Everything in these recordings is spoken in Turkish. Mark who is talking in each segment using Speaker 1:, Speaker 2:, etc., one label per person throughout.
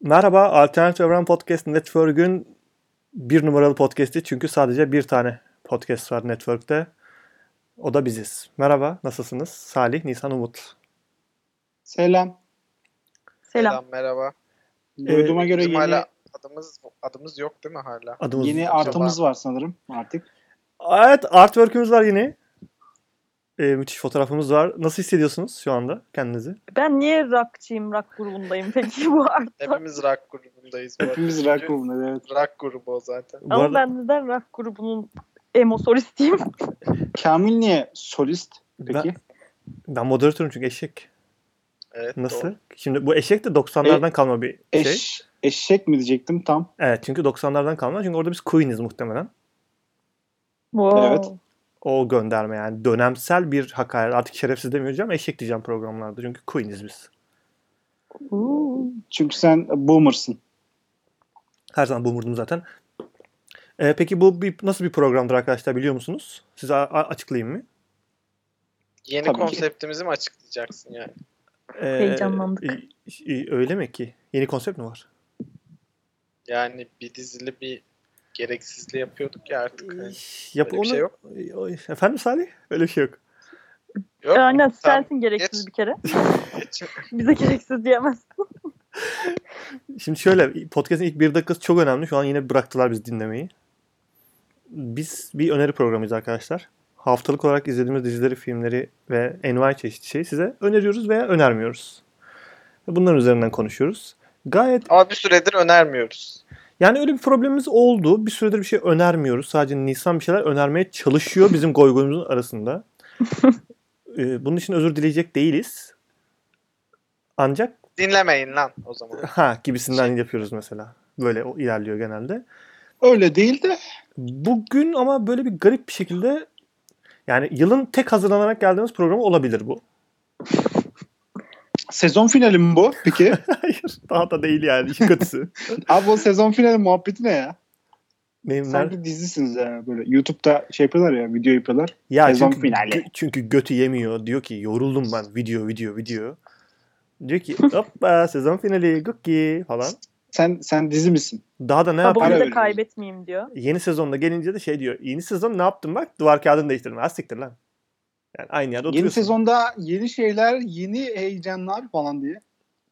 Speaker 1: Merhaba, Alternatif Evren Podcast Network'ün bir numaralı podcast'i çünkü sadece bir tane podcast var network'te. O da biziz. Merhaba, nasılsınız? Salih, Nisan, Umut.
Speaker 2: Selam.
Speaker 3: Selam.
Speaker 4: merhaba.
Speaker 2: Duyduğuma göre
Speaker 4: Ee, Bizim
Speaker 2: yeni
Speaker 4: hala adımız adımız yok değil mi hala?
Speaker 1: Adımız...
Speaker 2: yeni
Speaker 4: acaba-
Speaker 2: artımız var sanırım artık.
Speaker 1: Evet, artwork'ümüz var yeni. Ee, müthiş fotoğrafımız var. Nasıl hissediyorsunuz şu anda kendinizi?
Speaker 3: Ben niye rockçıyım, rock grubundayım peki bu arada?
Speaker 4: Hepimiz rock grubundayız. bu arada.
Speaker 2: Hepimiz
Speaker 4: Çünkü
Speaker 2: rock grubunda evet.
Speaker 4: Rock grubu o zaten.
Speaker 1: Bu
Speaker 3: Ama
Speaker 1: arada
Speaker 3: ben neden rock grubunun emo solistiyim?
Speaker 2: Kamil niye solist peki?
Speaker 1: ben moderatörüm çünkü eşek.
Speaker 4: Evet,
Speaker 1: Nasıl?
Speaker 4: doğru.
Speaker 1: Şimdi bu eşek de 90'lardan kalma bir şey.
Speaker 2: E- Eş, eşek mi diyecektim tam.
Speaker 1: Evet, çünkü 90'lardan kalma. Çünkü orada biz Queen'iz muhtemelen.
Speaker 3: Wow.
Speaker 2: Evet.
Speaker 1: o gönderme yani dönemsel bir hakaret. Artık şerefsiz demeyeceğim, eşek diyeceğim programlarda. Çünkü Queen'iz biz.
Speaker 3: Uuu.
Speaker 2: Çünkü sen boomersın.
Speaker 1: Her zaman boomer'dım zaten. Ee, peki bu bir, nasıl bir programdır arkadaşlar biliyor musunuz? Size a- a- açıklayayım mı?
Speaker 4: Yeni
Speaker 2: Tabii ki.
Speaker 4: konseptimizi mi açıklayacaksın yani?
Speaker 1: Ee,
Speaker 3: Heyecanlandık.
Speaker 1: i- i- öyle mi ki? Yeni konsept mi var?
Speaker 4: Yani bir dizili bir gereksizli yapıyorduk ya artık. hani. Yani
Speaker 1: Yap
Speaker 4: Ee, öyle bir şey yok.
Speaker 1: Oy, Efendim Salih? Öyle bir şey yok.
Speaker 4: Yok.
Speaker 3: Ee, Aynen
Speaker 4: Tamam,
Speaker 3: sensin gereksiz
Speaker 4: geç.
Speaker 3: bir kere.
Speaker 4: geç.
Speaker 3: Bize gereksiz diyemez.
Speaker 1: Şimdi şöyle podcast'in ilk bir dakikası çok önemli. Şu an yine bıraktılar biz dinlemeyi. Biz bir öneri programıyız arkadaşlar. Haftalık olarak izlediğimiz dizileri, filmleri ve envai çeşit şeyi size öneriyoruz veya önermiyoruz. Ve Bunların üzerinden konuşuyoruz. Gayet
Speaker 4: Ama bir süredir önermiyoruz.
Speaker 1: yani öyle bir problemimiz oldu. Bir süredir bir şey önermiyoruz. Sadece Nisan bir şeyler önermeye çalışıyor bizim goygoyumuzun arasında. Ee, Bunun için özür dileyecek değiliz. Ancak
Speaker 4: Dinlemeyin lan o zaman.
Speaker 1: ha gibisinden yapıyoruz mesela. Böyle o ilerliyor genelde.
Speaker 2: Öyle değil de
Speaker 1: Bugün ama böyle bir garip bir şekilde yani yılın tek hazırlanarak geldiğimiz programı olabilir bu.
Speaker 2: sezon finali mi bu peki?
Speaker 1: Hayır daha da değil yani işin kötüsü.
Speaker 2: Abi bu sezon finali muhabbeti ne ya?
Speaker 1: Benim ner-
Speaker 2: Sanki dizisiniz ya böyle. Youtube'da şey yapıyorlar ya video yapıyorlar.
Speaker 1: ya
Speaker 2: sezon
Speaker 1: çünkü,
Speaker 2: finali.
Speaker 1: gö- çünkü götü yemiyor diyor ki yoruldum ben video video video. Diyor ki hoppa sezon finali guki falan.
Speaker 2: Sen sen dizi misin?
Speaker 1: Daha da ne yapıyor?
Speaker 3: Babamı
Speaker 2: yapayım?
Speaker 3: da kaybetmeyeyim diyor.
Speaker 1: Yeni sezonda gelince de şey diyor. Yeni sezon ne yaptın bak duvar kağıdını değiştirme. Az siktir lan. Yani aynı yerde oturuyorsun.
Speaker 2: Yeni sezonda yeni şeyler, yeni heyecanlar falan diye.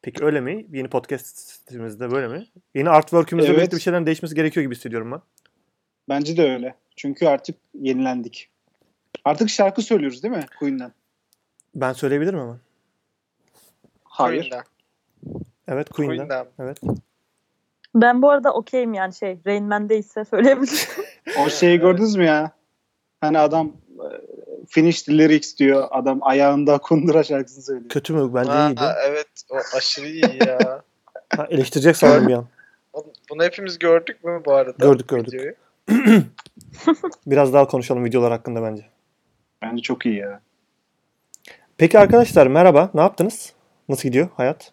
Speaker 1: Peki öyle mi? Yeni podcastimizde böyle mi? Yeni artwork'ümüzde
Speaker 2: Evet.
Speaker 1: birlikte bir şeylerin değişmesi gerekiyor gibi hissediyorum ben.
Speaker 2: Bence de öyle. Çünkü artık yenilendik. Artık şarkı söylüyoruz değil mi Queen'den?
Speaker 1: Ben söyleyebilirim hemen.
Speaker 2: Hayır.
Speaker 4: Queen'den.
Speaker 1: Evet Queen'den.
Speaker 4: Queen'den.
Speaker 1: Evet.
Speaker 3: Ben bu arada okeyim yani şey Rain Man'deyse söyleyebilirim.
Speaker 2: O şeyi gördünüz mü ya? Hani adam e, finish the lyrics diyor. Adam ayağında kundura şarkısını söylüyor.
Speaker 1: Kötü mü? Bence
Speaker 4: Aa,
Speaker 1: iyiydi.
Speaker 4: evet o aşırı iyi ya.
Speaker 1: Ha, eleştirecek sanırım bir an.
Speaker 4: O- Bunu hepimiz gördük mü bu arada?
Speaker 1: Gördük, gördük.
Speaker 4: videoyu?
Speaker 1: Biraz daha konuşalım videolar hakkında bence.
Speaker 2: Bence çok iyi ya.
Speaker 1: Peki arkadaşlar merhaba. Ne yaptınız? Nasıl gidiyor hayat?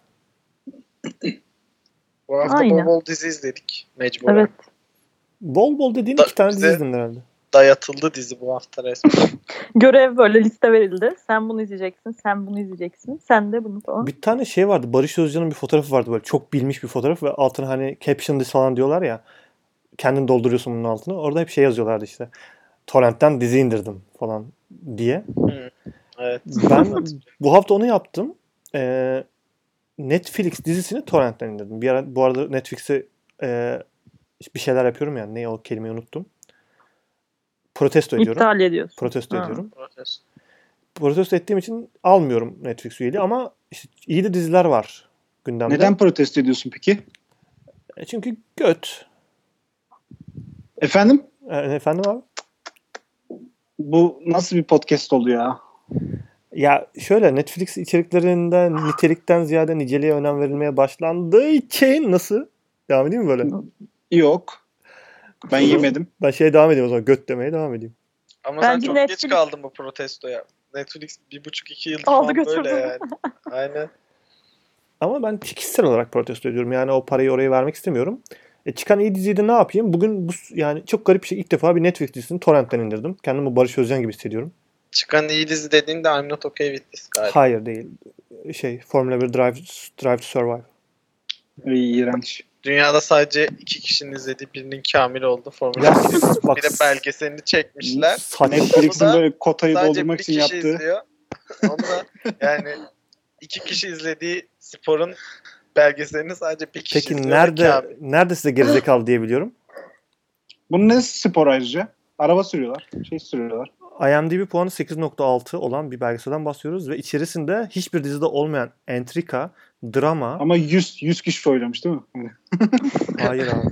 Speaker 4: Bu hafta
Speaker 3: Aynen.
Speaker 4: bol bol dizi izledik mecburen.
Speaker 3: evet.
Speaker 1: Bol bol dediğin
Speaker 4: Da-
Speaker 1: iki tane
Speaker 4: bize-
Speaker 1: dizi izledin herhalde.
Speaker 4: Dayatıldı dizi bu hafta resmen.
Speaker 3: Görev böyle liste verildi. Sen bunu izleyeceksin, sen bunu izleyeceksin, sen de bunu falan.
Speaker 1: Bir tane şey vardı. Barış Özcan'ın bir fotoğrafı vardı böyle. Çok bilmiş bir fotoğraf ve altına hani caption this falan diyorlar ya. Kendin dolduruyorsun bunun altına. Orada hep şey yazıyorlardı işte. Torrent'ten dizi indirdim falan diye.
Speaker 4: Evet.
Speaker 1: Ben bu hafta onu yaptım. Ee, Netflix dizisini torrentten indirdim. Bir ara, bu arada Netflix'e e, bir şeyler yapıyorum yani. Ne o kelimeyi unuttum. Protesto ediyorum.
Speaker 3: İptal ediyorsun.
Speaker 1: Protesto
Speaker 3: Ha.
Speaker 1: ediyorum.
Speaker 4: Profesör.
Speaker 1: Protesto ettiğim için almıyorum Netflix üyeliği ama işte iyi de diziler var gündemde.
Speaker 2: Neden protesto ediyorsun peki?
Speaker 1: E, Çünkü göt.
Speaker 2: Efendim?
Speaker 1: E, Efendim abi?
Speaker 2: Bu nasıl bir podcast oluyor ya?
Speaker 1: Ya şöyle Netflix içeriklerinde nitelikten ziyade niceliğe önem verilmeye başlandığı için nasıl? Devam edeyim mi böyle?
Speaker 2: Yok. Ben yemedim.
Speaker 1: Ben şeye devam edeyim o zaman. Göt demeye devam edeyim.
Speaker 4: Ama
Speaker 3: Bence
Speaker 4: sen çok
Speaker 3: Netflix-
Speaker 4: geç kaldın bu protestoya. Netflix bir buçuk iki yıl
Speaker 3: Aldı
Speaker 4: falan böyle
Speaker 3: götürdü.
Speaker 4: yani. Aynen.
Speaker 1: Ama ben kişisel olarak protesto ediyorum. Yani o parayı oraya vermek istemiyorum. E, çıkan iyi diziyi de ne yapayım? Bugün bu yani çok garip bir şey. ilk defa bir Netflix dizisini torrentten indirdim. Kendimi Barış Özcan gibi hissediyorum.
Speaker 4: Çıkan iyi dizi dediğinde I'm not okay with this galiba.
Speaker 1: Hayır değil. Şey Formula 1 Drive, Drive to Survive.
Speaker 2: İyi, iğrenç.
Speaker 4: Dünyada sadece iki kişinin izlediği birinin kamil oldu. Formula
Speaker 1: Ya
Speaker 4: 1.
Speaker 1: bak,
Speaker 4: Bir de belgeselini çekmişler.
Speaker 1: saç,
Speaker 2: Netflix'in
Speaker 4: Onu da
Speaker 2: böyle kotayı
Speaker 4: Sadece bir
Speaker 2: doldurmak
Speaker 4: kişi
Speaker 2: için yaptığı.
Speaker 4: izliyor. Onu da yani iki kişi izlediği sporun belgeselini sadece bir kişi
Speaker 1: Peki
Speaker 4: izliyor. ve
Speaker 1: nerede
Speaker 4: kamil.
Speaker 1: nerede size gerizekalı diyebiliyorum?
Speaker 2: Bunun ne spor ayrıca? Araba sürüyorlar. Şey sürüyorlar.
Speaker 1: IMDb puanı 8.6 olan bir belgeselden bahsediyoruz ve içerisinde hiçbir dizide olmayan entrika, drama,
Speaker 2: Ama 100, 100 kişi oynamış değil mi? Hani Yani
Speaker 1: hayır abi.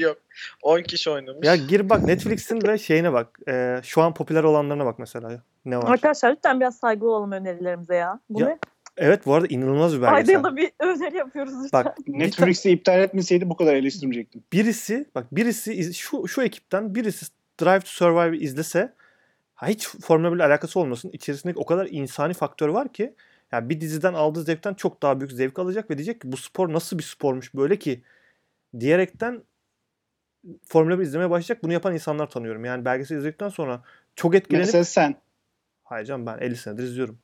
Speaker 4: Yok. 10 kişi oynamış.
Speaker 1: Ya gir bak Netflix'in ve şeyine bak. Ee, şu an popüler olanlarına bak mesela. Ne var?
Speaker 3: Arkadaşlar lütfen biraz saygılı olalım önerilerimize ya. Bu
Speaker 1: Ya,
Speaker 3: ne?
Speaker 1: Evet bu arada inanılmaz bir
Speaker 3: Ayda
Speaker 1: belgesel.
Speaker 3: yılda bir öneri yapıyoruz lütfen.
Speaker 1: Bak bir ta-
Speaker 2: Netflix'i iptal etmeseydi bu kadar eleştirmeyecektim.
Speaker 1: birisi bak birisi iz- şu şu ekipten birisi Drive to Survive izlese ha hiç Formula 1 ile alakası olmasın. içerisindeki o kadar insani faktör var ki ya bir diziden aldığı zevkten çok daha büyük zevk alacak ve diyecek ki bu spor nasıl bir spormuş böyle ki diyerekten Formula 1 izlemeye başlayacak. Bunu yapan insanlar tanıyorum. Yani belgesel izledikten sonra çok etkilenip
Speaker 2: Mesela sen.
Speaker 1: Hayır canım ben 50 senedir izliyorum.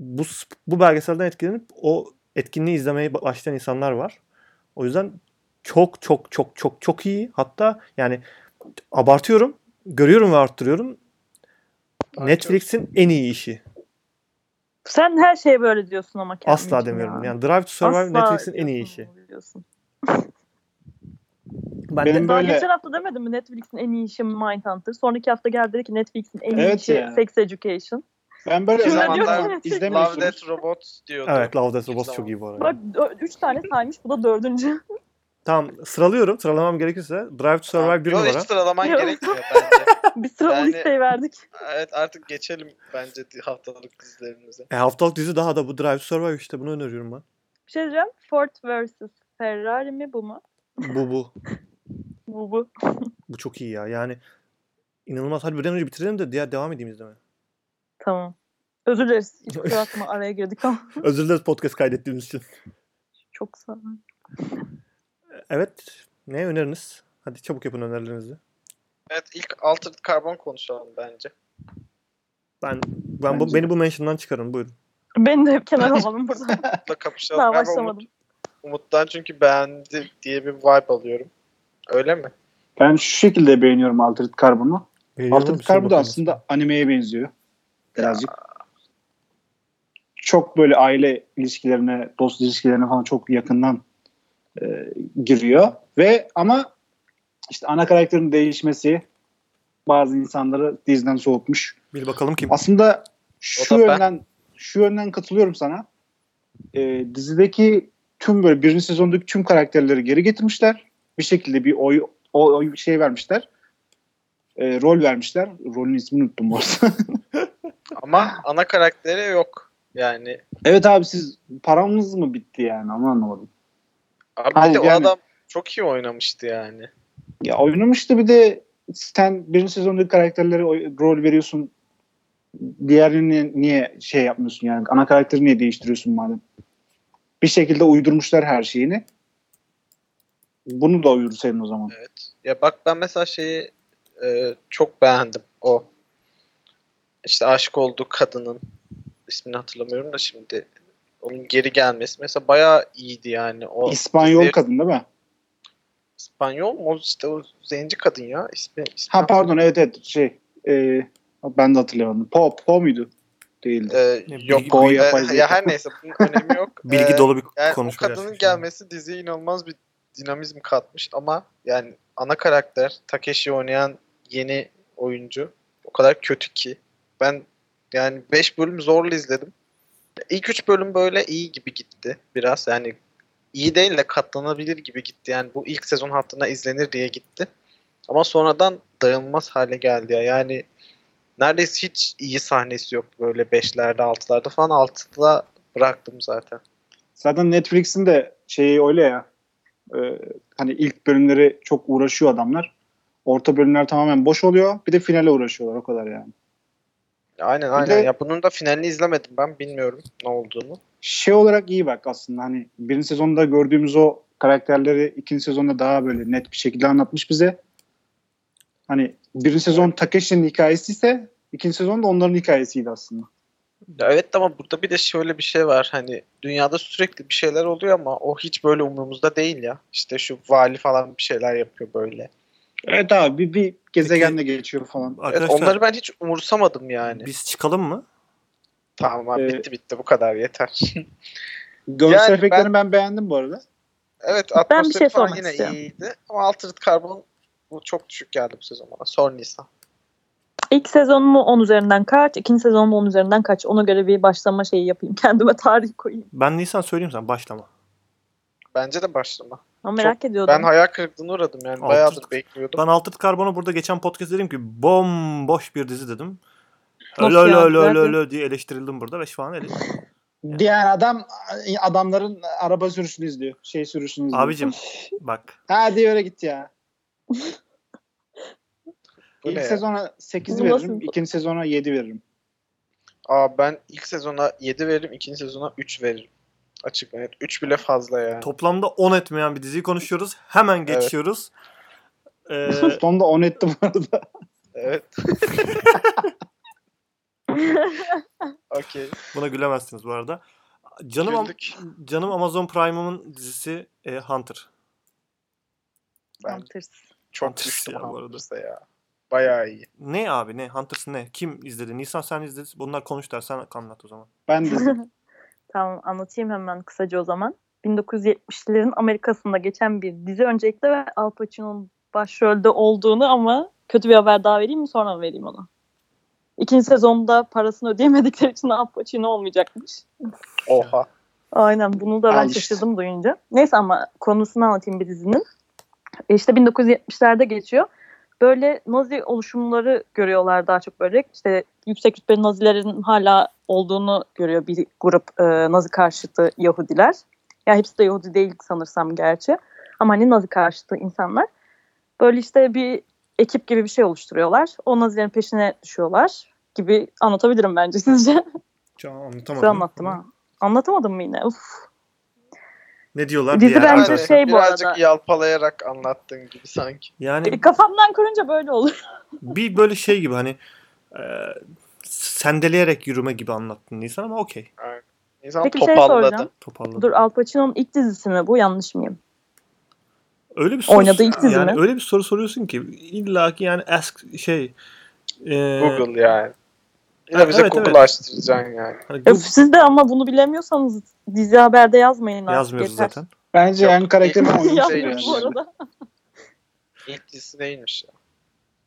Speaker 1: Bu sp- bu belgeselden etkilenip o etkinliği izlemeye ba- başlayan insanlar var. O yüzden çok çok çok çok çok iyi. Hatta yani abartıyorum, görüyorum ve arttırıyorum.
Speaker 4: Bak,
Speaker 1: Netflix'in en iyi işi.
Speaker 3: Sen her şeye böyle diyorsun ama kendin
Speaker 1: Asla
Speaker 3: için
Speaker 1: demiyorum.
Speaker 3: ya.
Speaker 1: Yani Drive to Survive
Speaker 3: Asla
Speaker 1: Netflix'in en iyi işi.
Speaker 3: diyorsun, diyorsun.
Speaker 1: Ben
Speaker 2: Benim-
Speaker 1: de
Speaker 3: Daha
Speaker 2: Böyle-
Speaker 3: geçen hafta demedim mi Netflix'in en iyi işi Mindhunter. Sonraki hafta geldi dedi ki Netflix'in en iyi
Speaker 2: Evet
Speaker 3: işi
Speaker 2: ya.
Speaker 3: Sex Education.
Speaker 2: Ben böyle
Speaker 4: Şöyle diyorum
Speaker 2: zamanlar
Speaker 4: ya,
Speaker 3: Netflix-
Speaker 4: Love
Speaker 2: izlemiyorsunuz.
Speaker 4: Death Robots diyordu.
Speaker 1: Evet, Love Death
Speaker 4: Bir
Speaker 1: Robots çok
Speaker 4: zaman.
Speaker 1: iyi bu arada.
Speaker 3: Bak ö- üç tane saymış bu da dördüncü.
Speaker 1: Tamam, sıralıyorum. Sıralamam gerekirse Drive to Survive bir
Speaker 4: Yok,
Speaker 1: numara.
Speaker 4: hiç sıralaman
Speaker 3: Yok.
Speaker 4: gerekmiyor bence.
Speaker 3: Bir sıralı
Speaker 4: Yani-
Speaker 3: listeyi verdik.
Speaker 4: Evet artık geçelim bence di- haftalık dizilerimize.
Speaker 1: E, haftalık dizi daha da bu Drive to Survive işte bunu öneriyorum ben.
Speaker 3: Bir şey diyeceğim. Ford vs. Ferrari mi bu mu?
Speaker 1: Bu bu.
Speaker 3: Bu bu.
Speaker 1: Bu çok iyi ya. Yani inanılmaz. Hadi bir an önce bitirelim de diğer devam edeyim izlemeye.
Speaker 3: Tamam. Özür dileriz. Hiç kusura bakma araya girdik ama.
Speaker 1: Özür dileriz podcast kaydettiğimiz için.
Speaker 3: Çok sağ ol.
Speaker 1: Evet. Ne öneriniz? Hadi çabuk yapın önerilerinizi.
Speaker 4: Evet ilk Altered Carbon konuşalım bence.
Speaker 1: Ben ben bu,
Speaker 2: Bence
Speaker 1: beni bu mention'dan çıkarın. Buyurun.
Speaker 3: Beni de hep kenara alalım burada.
Speaker 4: Umut'la kapışalım.
Speaker 3: Daha
Speaker 4: Galiba
Speaker 3: başlamadım.
Speaker 4: Umut- Umut'tan çünkü beğendi diye bir vibe alıyorum. Öyle mi?
Speaker 2: Ben şu şekilde beğeniyorum Altered Carbon'u. Altered
Speaker 1: Kusura
Speaker 2: Carbon da
Speaker 1: bakmayın.
Speaker 2: aslında animeye benziyor. Birazcık. Çok böyle aile ilişkilerine, dost ilişkilerine falan çok yakından e, giriyor. Ve ama işte ana karakterin değişmesi bazı insanları diziden soğutmuş.
Speaker 1: Bil bakalım kim?
Speaker 2: Aslında şu
Speaker 4: O da ben.
Speaker 2: yönden şu yönden katılıyorum sana. Ee, dizideki tüm böyle birinci sezondaki tüm karakterleri geri getirmişler. Bir şekilde bir oy, oy, oy bir şey vermişler. Ee, rol vermişler. Rolün ismini unuttum bu arada.
Speaker 4: Ama ana karakteri yok. Yani
Speaker 2: evet abi siz paramız mı bitti yani onu anlamadım.
Speaker 4: abi
Speaker 2: Hayır,
Speaker 4: bir de o
Speaker 2: yani-
Speaker 4: adam çok iyi oynamıştı yani.
Speaker 2: Ya oynamıştı bir de sen birinci sezondaki karakterlere oy- rol veriyorsun. Diğerini niye şey yapmıyorsun yani ana karakteri niye değiştiriyorsun madem? Bir şekilde uydurmuşlar her şeyini. Bunu da uydursaydın o zaman.
Speaker 4: Ya bak ben mesela şeyi e, çok beğendim o. İşte aşık olduğu kadının ismini hatırlamıyorum da şimdi onun geri gelmesi mesela bayağı iyiydi yani. O
Speaker 2: İspanyol
Speaker 4: dizi-
Speaker 2: kadın değil mi?
Speaker 4: İspanyol mu? O işte o zenci kadın ya. İsmi, ismi
Speaker 2: Ha pardon evet evet şey e, ben de hatırlayamadım. Po, po muydu? Değildi.
Speaker 4: Ee,
Speaker 1: bilgi-
Speaker 4: yok
Speaker 1: bilgi
Speaker 4: o
Speaker 2: yapay
Speaker 4: ya,
Speaker 2: zeka.
Speaker 4: her neyse bunun önemi yok.
Speaker 1: Bilgi
Speaker 4: Ee,
Speaker 1: dolu bir
Speaker 4: yani o
Speaker 1: konuşma.
Speaker 4: kadının
Speaker 1: gerçekten.
Speaker 4: gelmesi diziye inanılmaz bir dinamizm katmış ama yani ana karakter Takeshi oynayan yeni oyuncu o kadar kötü ki ben yani 5 bölüm zorla izledim. İlk 3 bölüm böyle iyi gibi gitti biraz yani iyi değil de katlanabilir gibi gitti. Yani bu ilk sezon hattına izlenir diye gitti. Ama sonradan dayanılmaz hale geldi ya. Yani neredeyse hiç iyi sahnesi yok böyle 5'lerde 6'larda falan 6'da bıraktım zaten.
Speaker 2: Zaten Netflix'in de şeyi öyle ya. e, hani ilk bölümleri çok uğraşıyor adamlar. Orta bölümler tamamen boş oluyor. Bir de finale uğraşıyorlar o kadar yani.
Speaker 4: Aynen
Speaker 2: Bir
Speaker 4: aynen.
Speaker 2: de-
Speaker 4: Ya bunun da finalini izlemedim ben. Bilmiyorum ne olduğunu.
Speaker 2: şey olarak iyi bak aslında hani birinci sezonda gördüğümüz o karakterleri ikinci sezonda daha böyle net bir şekilde anlatmış bize. Hani birinci sezon Takeshi'nin hikayesi ise ikinci sezonda onların hikayesiydi aslında.
Speaker 4: Ya evet ama burada bir de şöyle bir şey var hani dünyada sürekli bir şeyler oluyor ama o hiç böyle umurumuzda değil ya. İşte şu vali falan bir şeyler yapıyor böyle.
Speaker 2: Evet abi bir, bir gezegende geçiyor falan.
Speaker 4: Evet,
Speaker 1: Arkadaşlar
Speaker 4: onları ben hiç umursamadım yani.
Speaker 1: biz çıkalım mı?
Speaker 4: Tamam abi
Speaker 2: Ee,
Speaker 4: bitti bitti bu kadar yeter.
Speaker 2: Görsel
Speaker 4: Yani
Speaker 2: efektlerini ben beğendim bu arada.
Speaker 4: evet
Speaker 3: Ben bir
Speaker 4: atmosferi
Speaker 3: şey
Speaker 4: falan
Speaker 3: sormak
Speaker 4: yine
Speaker 3: istiyorum.
Speaker 4: iyiydi ama Altered Carbon bu çok düşük geldi bu sezon bana. Son Nisan.
Speaker 3: İlk sezon mu 10 üzerinden kaç? İkinci sezon mu 10 üzerinden kaç? Ona göre bir başlama şeyi yapayım. Kendime tarih koyayım.
Speaker 1: Ben Nisan söyleyeyim sen başlama.
Speaker 4: Bence de başlama.
Speaker 3: Ama merak ediyordum.
Speaker 4: Ben hayal kırıklığına uğradım yani
Speaker 1: Altered-
Speaker 4: bayağıdır bekliyordum.
Speaker 1: Ben Altered Carbon'u burada geçen podcast dedim ki bomboş bir dizi dedim.
Speaker 3: Nasıl
Speaker 1: Öyle öyle
Speaker 3: ya?
Speaker 1: öyle öyle
Speaker 3: Zaten-
Speaker 1: öyle diye eleştirildim burada ve şu an ele-
Speaker 2: Diğer adam adamların araba sürüşünü izliyor. Şey sürüşünü izliyor.
Speaker 1: Abicim bak
Speaker 2: Ha diye öyle gitti ya.
Speaker 4: Bu
Speaker 2: İlk
Speaker 4: ne ya?
Speaker 2: sezona 8
Speaker 3: Bu
Speaker 2: veririm.
Speaker 3: nasıl-
Speaker 2: ikinci sezona 7 veririm.
Speaker 4: Aa ben ilk sezona 7 veririm, ikinci sezona 3 veririm. Açık net. 3 bile fazla yani.
Speaker 1: toplamda 10 etmeyen bir diziyi konuşuyoruz. Hemen geçiyoruz. Ee,
Speaker 2: Sonunda 10 etti bu arada.
Speaker 4: Evet. Okey.
Speaker 1: buna gülemezsiniz bu arada. Canım Am-
Speaker 4: Güldük.
Speaker 1: canım Amazon Prime'ımın dizisi e, Hunter.
Speaker 4: Ben
Speaker 3: Hunters.
Speaker 4: çok
Speaker 1: Hunters
Speaker 4: düştüm
Speaker 1: ya bu arada.
Speaker 4: Hunters'a ya. Bayağı iyi.
Speaker 1: Ne abi ne? Hunters ne? Kim izledi? Nisan sen izledin. Bunlar konuş dersen anlat o zaman.
Speaker 2: Ben de
Speaker 3: Tamam anlatayım hemen kısaca o zaman. 1970'lerin Amerika'sında geçen bir dizi öncelikle ve Al Pacino'nun başrolde olduğunu ama kötü bir haber daha vereyim mi sonra mı vereyim onu? İkinci sezonda parasını ödeyemedikleri için Al Pacino olmayacakmış.
Speaker 4: Oha.
Speaker 3: Aynen bunu da ben
Speaker 2: Al işte.
Speaker 3: şaşırdım duyunca. Neyse ama konusunu anlatayım bir dizinin. E İşte 1970'lerde geçiyor. Böyle Nazi oluşumları görüyorlar daha çok böyle. İşte yüksek rütbeli Nazilerin hala olduğunu görüyor bir grup e, Nazi karşıtı Yahudiler. Ya hepsi de Yahudi değil sanırsam gerçi. Ama hani Nazi karşıtı insanlar. Böyle işte bir ekip gibi bir şey oluşturuyorlar. O Nazilerin peşine düşüyorlar gibi anlatabilirim bence sizce.
Speaker 1: Şu an
Speaker 3: Size
Speaker 1: anlatamadım.
Speaker 3: anlattım ha. Anlatamadım mı yine? Uf.
Speaker 1: Ne diyorlar
Speaker 3: Dizi
Speaker 1: diğer-
Speaker 3: bence
Speaker 1: Abi.
Speaker 3: şey bu
Speaker 4: birazcık
Speaker 3: arada.
Speaker 4: yalpalayarak anlattığın gibi sanki.
Speaker 1: Yani
Speaker 3: E, Kafamdan kurunca böyle olur.
Speaker 1: bir böyle şey gibi hani e, sendeleyerek yürüme gibi anlattın Nisan ama okey.
Speaker 4: İnsan
Speaker 3: Peki bir şey
Speaker 4: topalladı.
Speaker 3: soracağım.
Speaker 1: Toparladım.
Speaker 3: Dur Al Pacino'nun ilk dizisi mi bu? Yanlış mıyım?
Speaker 1: Öyle bir soru,
Speaker 3: Oynadığı ilk dizi
Speaker 1: yani
Speaker 3: mi?
Speaker 1: öyle bir soru soruyorsun ki illa ki yani ask şey e,
Speaker 4: Google yani. Yine bize
Speaker 1: Evet,
Speaker 4: Google
Speaker 1: evet.
Speaker 4: açtıracaksın yani.
Speaker 1: hani
Speaker 3: Öf,
Speaker 1: Google
Speaker 3: siz de ama bunu bilemiyorsanız dizi haberde yazmayın artık.
Speaker 1: yazmıyoruz
Speaker 3: yeter.
Speaker 1: zaten.
Speaker 2: Bence
Speaker 4: Yok,
Speaker 2: yani karakterin
Speaker 4: iyi.
Speaker 2: oyuncusu
Speaker 3: Yazmıyoruz
Speaker 4: Yazmıyoruz
Speaker 2: Şey yani.
Speaker 3: bu arada.
Speaker 4: İlk dizisi neymiş ya?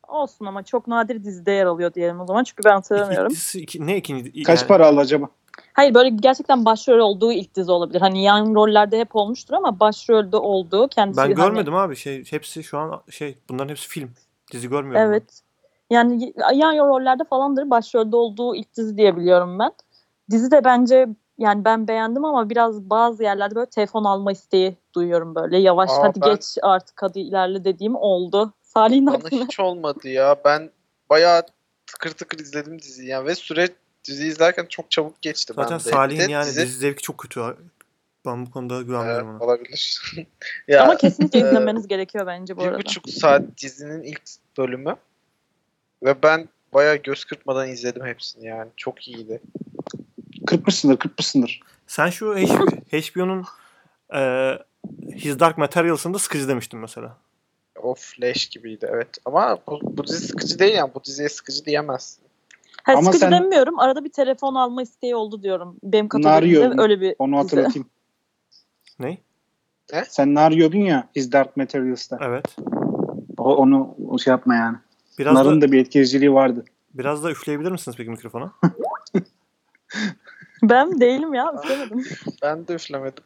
Speaker 3: Olsun ama çok nadir dizide yer alıyor diyelim o zaman. Çünkü ben hatırlamıyorum.
Speaker 1: İkincisi, iki, ne ikinci?
Speaker 2: Kaç
Speaker 1: yani-
Speaker 2: para aldı acaba?
Speaker 3: Hayır böyle gerçekten başrol olduğu ilk dizi olabilir. Hani yan rollerde hep olmuştur ama başrolde olduğu kendisi.
Speaker 1: Ben
Speaker 3: hani-
Speaker 1: görmedim abi şey hepsi şu an şey bunların hepsi film. Dizi görmüyorum. ben.
Speaker 3: Evet. Yani yan rollerde falandır başrolde olduğu ilk dizi diye biliyorum ben. Dizi de bence yani ben beğendim ama biraz bazı yerlerde böyle telefon alma isteği duyuyorum böyle. Yavaş
Speaker 4: Aa,
Speaker 3: hadi
Speaker 4: ben-
Speaker 3: geç artık hadi ilerle dediğim oldu. Salih'in
Speaker 4: Bana
Speaker 3: aklına.
Speaker 4: hiç olmadı ya. Ben bayağı tıkır tıkır izledim diziyi yani. Ve süre diziyi izlerken çok çabuk geçti
Speaker 1: Zaten
Speaker 4: bende. Bir
Speaker 1: Salih'in
Speaker 4: de
Speaker 1: yani
Speaker 4: dizi- Ee,
Speaker 1: dizi zevki çok kötü. abi. Ben bu konuda
Speaker 4: Evet,
Speaker 1: güvenmiyorum ona.
Speaker 4: olabilir. ya,
Speaker 3: Ama kesinlikle
Speaker 4: e,
Speaker 3: izlemeniz gerekiyor bence bu
Speaker 4: bir
Speaker 3: arada.
Speaker 4: buçuk saat dizinin ilk bölümü. Ve ben bayağı göz kırpmadan izledim hepsini yani. Çok iyiydi.
Speaker 2: Kırpmışsındır, kırpmışsındır.
Speaker 1: Sen şu HBO'nun e, His Dark Materials'ında sıkıcı demiştin mesela.
Speaker 4: Of leş gibiydi evet. Ama bu, bu dizi sıkıcı değil yani. Bu diziye sıkıcı diyemezsin.
Speaker 3: Ha,
Speaker 2: Ama
Speaker 3: sıkıcı
Speaker 2: sen-
Speaker 3: demiyorum. Arada bir telefon alma isteği oldu diyorum. Benim kategorimde
Speaker 2: Naryo-
Speaker 3: öyle bir
Speaker 2: Onu
Speaker 3: dizi.
Speaker 2: hatırlatayım.
Speaker 1: Ne?
Speaker 2: Sen nar yiyordun ya His Dark Materials'ta.
Speaker 1: Evet.
Speaker 2: O, onu o şey yapma yani.
Speaker 1: Biraz
Speaker 2: Nar'ın
Speaker 1: da
Speaker 2: da bir etkileyiciliği vardı.
Speaker 1: biraz da üfleyebilir misiniz peki mikrofona?
Speaker 3: Ben değilim ya. Üflemedim.
Speaker 4: Ben de üflemedim.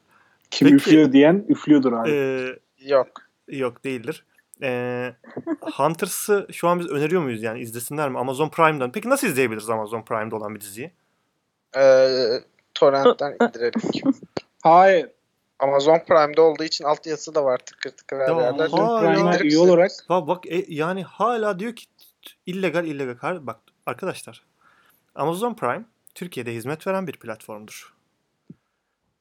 Speaker 2: Kim
Speaker 1: Peki.
Speaker 2: üflüyor diyen üflüyordur abi.
Speaker 1: E,
Speaker 4: Yok.
Speaker 1: yok değildir. E, Hunters'ı şu an biz öneriyor muyuz yani izlesinler mi Amazon Prime'dan? Peki nasıl izleyebiliriz Amazon Prime'da olan bir diziyi?
Speaker 4: Ee, torrentten indirerek.
Speaker 2: Hayır.
Speaker 4: Amazon Prime'de olduğu için altyazısı da var tıkır tıkır her
Speaker 1: Ya,
Speaker 4: yerden.
Speaker 1: Aa,
Speaker 2: Amazon Prime'a
Speaker 1: ya.
Speaker 2: üye olarak
Speaker 1: Bak bak e, yani hala diyor ki illegal illegal. Har- Bak arkadaşlar Amazon Prime Türkiye'de hizmet veren bir platformdur.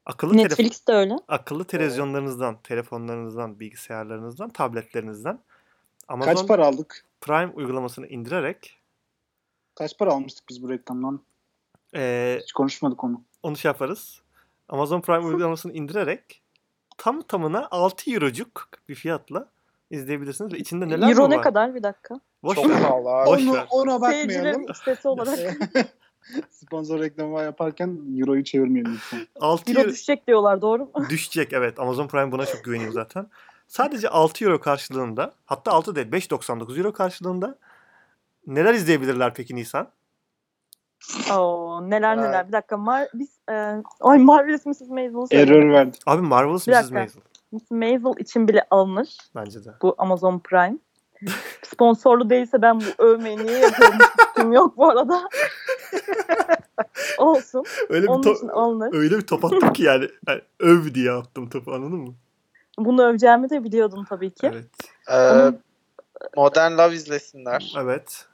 Speaker 1: Akıllı telefon
Speaker 3: Netflix de öyle.
Speaker 1: akıllı televizyonlarınızdan, telefonlarınızdan, bilgisayarlarınızdan, tabletlerinizden Amazon
Speaker 2: kaç para aldık?
Speaker 1: Prime uygulamasını indirerek
Speaker 2: Kaç para almıştık biz bu reklamdan?
Speaker 1: Ee,
Speaker 2: Hiç konuşmadık onu.
Speaker 1: onu şey yaparız. Amazon Prime uygulamasını indirerek tam tamına 6 eurocuk bir fiyatla izleyebilirsiniz. Ve içinde neler mi
Speaker 3: Euro
Speaker 1: var?
Speaker 3: ne kadar bir dakika.
Speaker 1: Boş
Speaker 4: Çok
Speaker 1: ver.
Speaker 4: pahalı abi.
Speaker 1: Boş
Speaker 2: Onu,
Speaker 1: ver.
Speaker 2: ona bakmayalım.
Speaker 3: Seyircilerin sitesi olarak
Speaker 2: Sponsor reklamı yaparken Euro'yu çevirmeyelim lütfen.
Speaker 1: 6
Speaker 3: Euro
Speaker 1: euro
Speaker 3: düşecek diyorlar doğru mu?
Speaker 1: düşecek evet. Amazon Prime buna çok güveniyor zaten. Sadece 6 euro karşılığında hatta 6 değil 5.99 euro karşılığında neler izleyebilirler peki Nisan?
Speaker 3: Oo, neler
Speaker 4: Evet.
Speaker 3: neler. Bir dakika. Mar biz e, ay Marvelous Mrs. Maisel
Speaker 2: Error verdi.
Speaker 1: Abi Marvelous
Speaker 3: Bir
Speaker 1: Mrs.
Speaker 3: dakika.
Speaker 1: Maisel
Speaker 3: Mrs. Maisel için bile alınır
Speaker 1: bence de.
Speaker 3: bu Amazon Prime. Sponsorlu değilse ben bu övmeyi niye yapıyorum? Fikrim yok bu arada. Olsun.
Speaker 1: Öyle bir,
Speaker 3: Onun
Speaker 1: to-
Speaker 3: için alınır.
Speaker 1: öyle bir top attım ki yani, yani öv diye attım topu anladın mı?
Speaker 3: Bunu öveceğimi de biliyordum tabii ki.
Speaker 1: Evet.
Speaker 4: Ee, Modern Love izlesinler.
Speaker 1: Evet.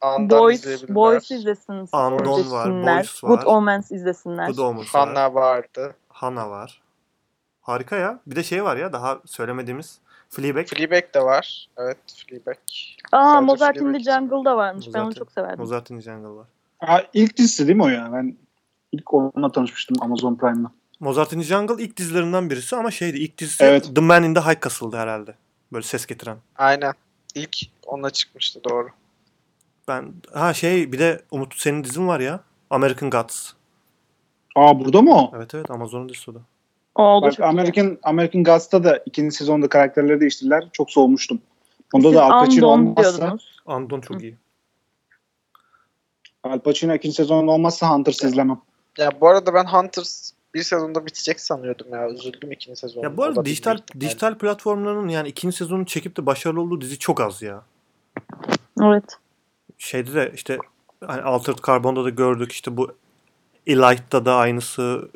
Speaker 4: Andan
Speaker 3: Boys,
Speaker 4: izleyebilirler.
Speaker 3: Boys izlesin.
Speaker 1: Andon var,
Speaker 3: izlesinler.
Speaker 1: Boys var.
Speaker 3: Good Omens izlesinler.
Speaker 1: Bu da olmuş. var.
Speaker 4: Hannah vardı.
Speaker 1: Hana var. Harika ya. Bir de şey var ya daha söylemediğimiz Fleabag.
Speaker 4: Fleabag de var. Evet Fleabag.
Speaker 3: Aa
Speaker 4: Sadece
Speaker 3: Mozart in the
Speaker 4: Fleabag
Speaker 3: Jungle'da varmış. Ben onu
Speaker 1: Mozart-
Speaker 3: çok severdim.
Speaker 1: Mozart in the Jungle var.
Speaker 2: Ha, ilk dizisi değil mi o ya? Ben ilk onunla tanışmıştım Amazon Prime'la.
Speaker 1: Mozart in the Jungle ilk dizilerinden birisi ama şeydi ilk dizisi
Speaker 2: Evet.
Speaker 1: The Man in the High Castle'dı herhalde. Böyle ses getiren.
Speaker 4: Aynen. İlk onunla çıkmıştı doğru.
Speaker 1: Ben ha şey bir de Umut senin dizin var ya. American Gods.
Speaker 2: Aa burada mı o?
Speaker 1: Evet evet Amazon'un dizisi o da.
Speaker 3: Aa, o da
Speaker 2: Bak
Speaker 3: çok iyi.
Speaker 2: American, American Gods'ta da ikinci sezonda karakterleri değiştirdiler. Çok soğumuştum. Onda
Speaker 3: Siz
Speaker 2: da Al Pacino
Speaker 3: Andon
Speaker 2: olmazsa,
Speaker 3: diyordunuz.
Speaker 1: Andon çok iyi.
Speaker 2: Al Pacino ikinci sezonda olmazsa Hunters'ı izlemem.
Speaker 4: Ya bu arada ben Hunters bir sezonda bitecek sanıyordum ya. Üzüldüm ikinci sezonda.
Speaker 1: Ya bu
Speaker 4: O
Speaker 1: arada
Speaker 4: da
Speaker 1: dijital
Speaker 4: büyük ihtimalle.
Speaker 1: dijital platformların yani ikinci sezonu çekip de başarılı olduğu dizi çok az ya.
Speaker 3: Evet.
Speaker 1: şeyde de işte hani Altered Carbon'da da gördük işte bu Elite'da da aynısı.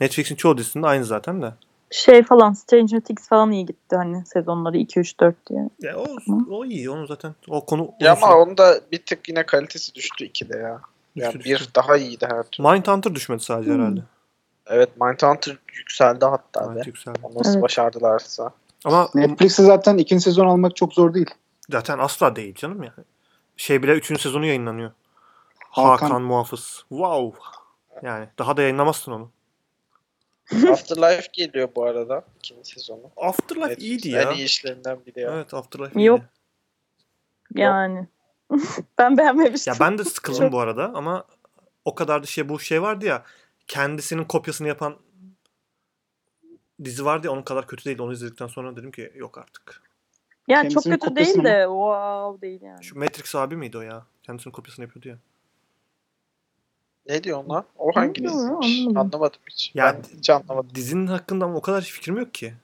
Speaker 1: Netflix'in çoğu dizisinde aynı zaten de.
Speaker 3: Şey falan Stranger Things falan iyi gitti hani sezonları 2 3 4 diye.
Speaker 1: Ya o, o iyi onu zaten o konu
Speaker 4: Ya
Speaker 1: uzun
Speaker 4: ama
Speaker 1: süre
Speaker 4: onun da bir tık yine kalitesi düştü ikide ya.
Speaker 1: düştü,
Speaker 4: Yani
Speaker 1: düştü.
Speaker 4: bir daha iyiydi her türlü.
Speaker 1: Mindhunter düşmedi sadece
Speaker 3: Hmm.
Speaker 1: herhalde.
Speaker 4: Evet Mindhunter yükseldi hatta
Speaker 1: Evet,
Speaker 4: be.
Speaker 1: yükseldi.
Speaker 4: O Nasıl
Speaker 3: Evet.
Speaker 4: başardılarsa.
Speaker 1: Ama
Speaker 2: Netflix'e zaten ikinci sezon almak çok zor değil.
Speaker 1: zaten asla değil canım yani. Şey bile 3. sezonu yayınlanıyor. Hakan,
Speaker 2: Hakan.
Speaker 1: Muhafız. Wow. Yani daha da yayınlamazsın onu.
Speaker 4: Afterlife geliyor bu arada. ikinci sezonu.
Speaker 1: Afterlife iyiydi
Speaker 4: Netflix'in
Speaker 1: ya.
Speaker 4: En iyi işlerinden biri ya.
Speaker 1: Evet Afterlife
Speaker 3: Yok.
Speaker 1: iyiydi.
Speaker 3: Yani. ben beğenmemiştim.
Speaker 1: Ya ben de sıkıldım bu arada ama o kadar da şey bu şey vardı ya kendisinin kopyasını yapan dizi vardı ya onun kadar kötü değil. Onu izledikten sonra dedim ki yok artık.
Speaker 3: yani çok
Speaker 2: Kendisinin
Speaker 3: kötü değil
Speaker 2: kopyasını
Speaker 3: de wow değil yani.
Speaker 1: Şu Matrix abi miydi o ya? Kendisinin kopyasını yapıyordu ya.
Speaker 4: Ne diyor ona? O hangi
Speaker 3: Bilmiyorum,
Speaker 4: diziymiş?
Speaker 3: anlamadım.
Speaker 4: Anlamadım hiç.
Speaker 1: Ya-
Speaker 4: ben hiç anlamadım.
Speaker 1: Dizinin hakkında ama o kadar fikrim yok ki.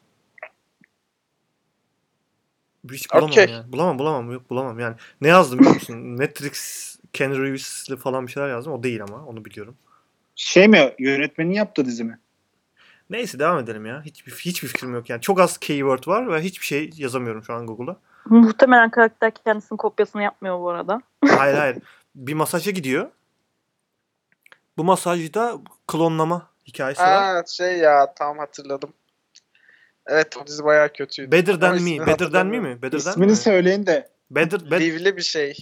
Speaker 1: Hiç
Speaker 4: Okey.
Speaker 1: bulamam yani. Bulamam bulamam yok bulamam yani. Ne yazdım biliyor musun? Matrix, Ken Reeves'le falan bir şeyler yazdım. O değil ama onu biliyorum.
Speaker 2: Şey mi yönetmenin yaptığı dizi mi?
Speaker 1: Neyse devam edelim ya. Hiçbir, hiçbir fikrim yok yani. Çok az keyword var ve hiçbir şey yazamıyorum şu an Google'a.
Speaker 3: Muhtemelen karakter kendisinin kopyasını yapmıyor bu arada.
Speaker 1: Hayır hayır. Bir masaja gidiyor. Bu masajda klonlama hikayesi var.
Speaker 4: Aa şey ya tam hatırladım. Evet o dizi bayağı kötüydü.
Speaker 1: Better
Speaker 4: Ama
Speaker 1: than
Speaker 4: ismini
Speaker 1: me. Better than me
Speaker 4: hatırlamıyorum.
Speaker 1: mi? Better than me.
Speaker 2: İsmini söyleyin de.
Speaker 1: Better, bet,
Speaker 4: Liv'li bir şey.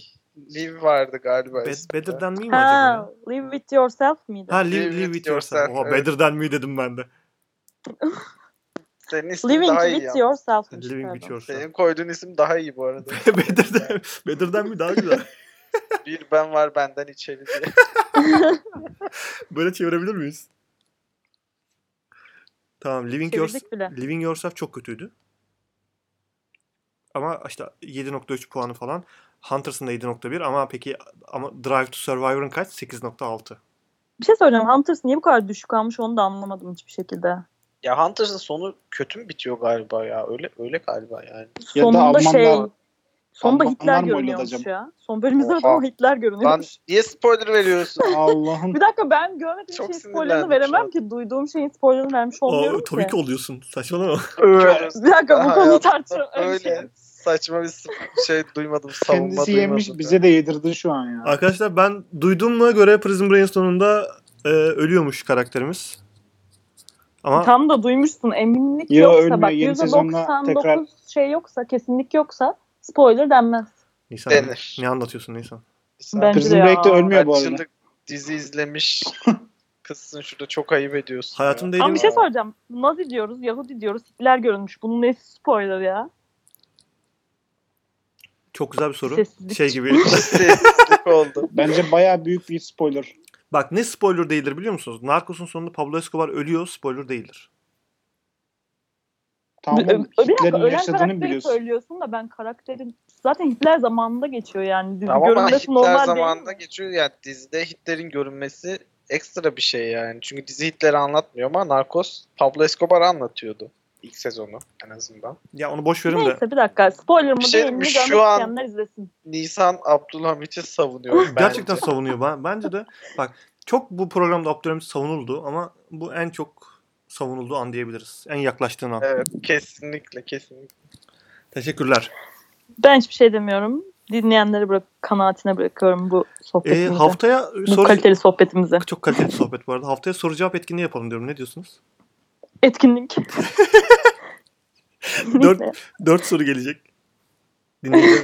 Speaker 4: Liv vardı galiba.
Speaker 1: bet,
Speaker 4: isminde.
Speaker 1: better than me mi acaba?
Speaker 3: Ha,
Speaker 1: ya?
Speaker 3: Live with yourself miydi?
Speaker 1: Ha live, live with yourself. Oha,
Speaker 4: evet.
Speaker 1: Better than me dedim ben de.
Speaker 4: Senin ismin
Speaker 3: Living
Speaker 4: daha iyi
Speaker 3: with
Speaker 4: ya.
Speaker 3: yourself.
Speaker 1: Living with yourself.
Speaker 4: Senin koyduğun isim daha iyi bu arada.
Speaker 1: better, than, better than me daha güzel.
Speaker 4: bir ben var benden içeri diye.
Speaker 1: Böyle çevirebilir miyiz? Tamam. Living, yours,
Speaker 3: Çevirdik bile.
Speaker 1: living yourself çok kötüydü. Ama işte 7.3 puanı falan. Hunters'ın da 7.1 ama peki ama Drive to Survivor'ın kaç? 8.6.
Speaker 3: Bir şey söyleyeceğim. Hunters niye bu kadar düşük almış onu da anlamadım hiçbir şekilde.
Speaker 4: Ya Hunters'ın sonu kötü mü bitiyor galiba ya? Öyle öyle galiba yani.
Speaker 2: Ya da
Speaker 3: Sonunda
Speaker 2: Almanlar-
Speaker 3: şey. Sonunda
Speaker 2: Almanlar
Speaker 3: Hitler
Speaker 2: mı oynadı
Speaker 3: görünüyormuş
Speaker 2: acaba?
Speaker 3: ya. Son bölümümüzde
Speaker 4: Oha.
Speaker 3: de ama Hitler görünüyormuş.
Speaker 4: Lan niye spoiler veriyorsun?
Speaker 2: Allah'ım.
Speaker 3: Bir dakika ben görmediğim
Speaker 4: Çok
Speaker 3: şeyin
Speaker 4: sinirlendim
Speaker 3: spoilerını
Speaker 4: şu an.
Speaker 3: veremem ki. Duyduğum şeyin spoilerını vermiş olmuyorum
Speaker 1: O, tabii ki oluyorsun. Saçmalama.
Speaker 4: oluyorsun.
Speaker 3: Bir dakika bu
Speaker 4: Daha
Speaker 3: konuyu
Speaker 4: hayatımda
Speaker 3: tartışalım. Öyle. şey.
Speaker 4: Öyle saçma bir sp- şey duymadım. Savunma
Speaker 2: Kendisi
Speaker 4: duymadım.
Speaker 2: yemiş
Speaker 4: ya.
Speaker 2: bize de yedirdi şu an ya.
Speaker 1: Arkadaşlar ben duyduğuma göre Prison Break'in sonunda e, ölüyormuş karakterimiz. Ama
Speaker 3: Tam da duymuşsun. Eminlik
Speaker 2: Yo,
Speaker 3: yoksa
Speaker 2: ölmüyor.
Speaker 3: bak
Speaker 2: Yeni sezonla
Speaker 3: %99
Speaker 2: tekrar-
Speaker 3: şey yoksa kesinlik yoksa spoiler denmez.
Speaker 1: Nisan
Speaker 4: Denir.
Speaker 1: ne anlatıyorsun Nisan?
Speaker 4: Sen-
Speaker 3: Ben- Bence
Speaker 2: Prison
Speaker 3: de
Speaker 2: Break'te
Speaker 3: ya.
Speaker 2: ölmüyor bu arada.
Speaker 4: Kaçırdık. dizi izlemiş kızsın şurada çok ayıp ediyorsun.
Speaker 1: Hayatım
Speaker 4: ya.
Speaker 1: değil
Speaker 3: Ama bir
Speaker 1: mi?
Speaker 3: şey soracağım. Nazi diyoruz, Yahudi diyoruz, Hitler görünmüş. Bunun ne spoiler ya?
Speaker 1: Çok güzel bir soru.
Speaker 3: şey- Sessizlik.
Speaker 1: Şey gibi.
Speaker 4: Sessizlik oldu.
Speaker 2: Bence bayağı büyük bir spoiler.
Speaker 1: Bak ne spoiler değildir biliyor musunuz? Narcos'un sonunda Pablo Escobar ölüyor spoiler değildir.
Speaker 2: Tamam
Speaker 3: Ö- ö-
Speaker 2: oğlum,
Speaker 3: bir dakika
Speaker 2: Hitler'in
Speaker 3: ölen
Speaker 2: yaşadığını
Speaker 3: karakteri
Speaker 2: biliyorsun.
Speaker 3: söylüyorsun da ben karakterin zaten Hitler zamanında geçiyor yani. Dizi
Speaker 4: Ama bana
Speaker 3: görünmesi normal
Speaker 4: Hitler zamanında
Speaker 3: değil.
Speaker 4: geçiyor ya dizide Hitler'in görünmesi ekstra bir şey yani. Çünkü dizi Hitler'i anlatmıyor ama Narcos Pablo Escobar anlatıyordu ilk sezonu en azından.
Speaker 1: Ya onu boş
Speaker 3: mi?
Speaker 1: verin de.
Speaker 3: Neyse bir dakika. Spoiler mı
Speaker 4: Bir şey
Speaker 3: değil mi?
Speaker 4: demiş,
Speaker 3: Görmek
Speaker 4: şu an-
Speaker 3: isteyenler izlesin.
Speaker 4: Nisan Abdülhamit'i savunuyor bence.
Speaker 1: Gerçekten savunuyor. Ben, bence de bak çok bu programda Abdülhamit savunuldu ama bu en çok savunulduğu an diyebiliriz. En yaklaştığın an.
Speaker 4: Evet kesinlikle kesinlikle.
Speaker 1: Teşekkürler.
Speaker 3: Ben hiçbir şey demiyorum. Dinleyenlere bırak, kanaatine bırakıyorum bu
Speaker 1: Ee,
Speaker 3: sohbetimizi.
Speaker 1: haftaya
Speaker 3: bu
Speaker 1: soru...
Speaker 3: kaliteli sohbetimizi.
Speaker 1: Çok kaliteli sohbet bu arada. Haftaya soru cevap etkinliği yapalım diyorum. Ne diyorsunuz?
Speaker 3: Etkinlik.
Speaker 1: Dört-
Speaker 3: Neyse.
Speaker 1: Dört soru gelecek. Dinleyiciler,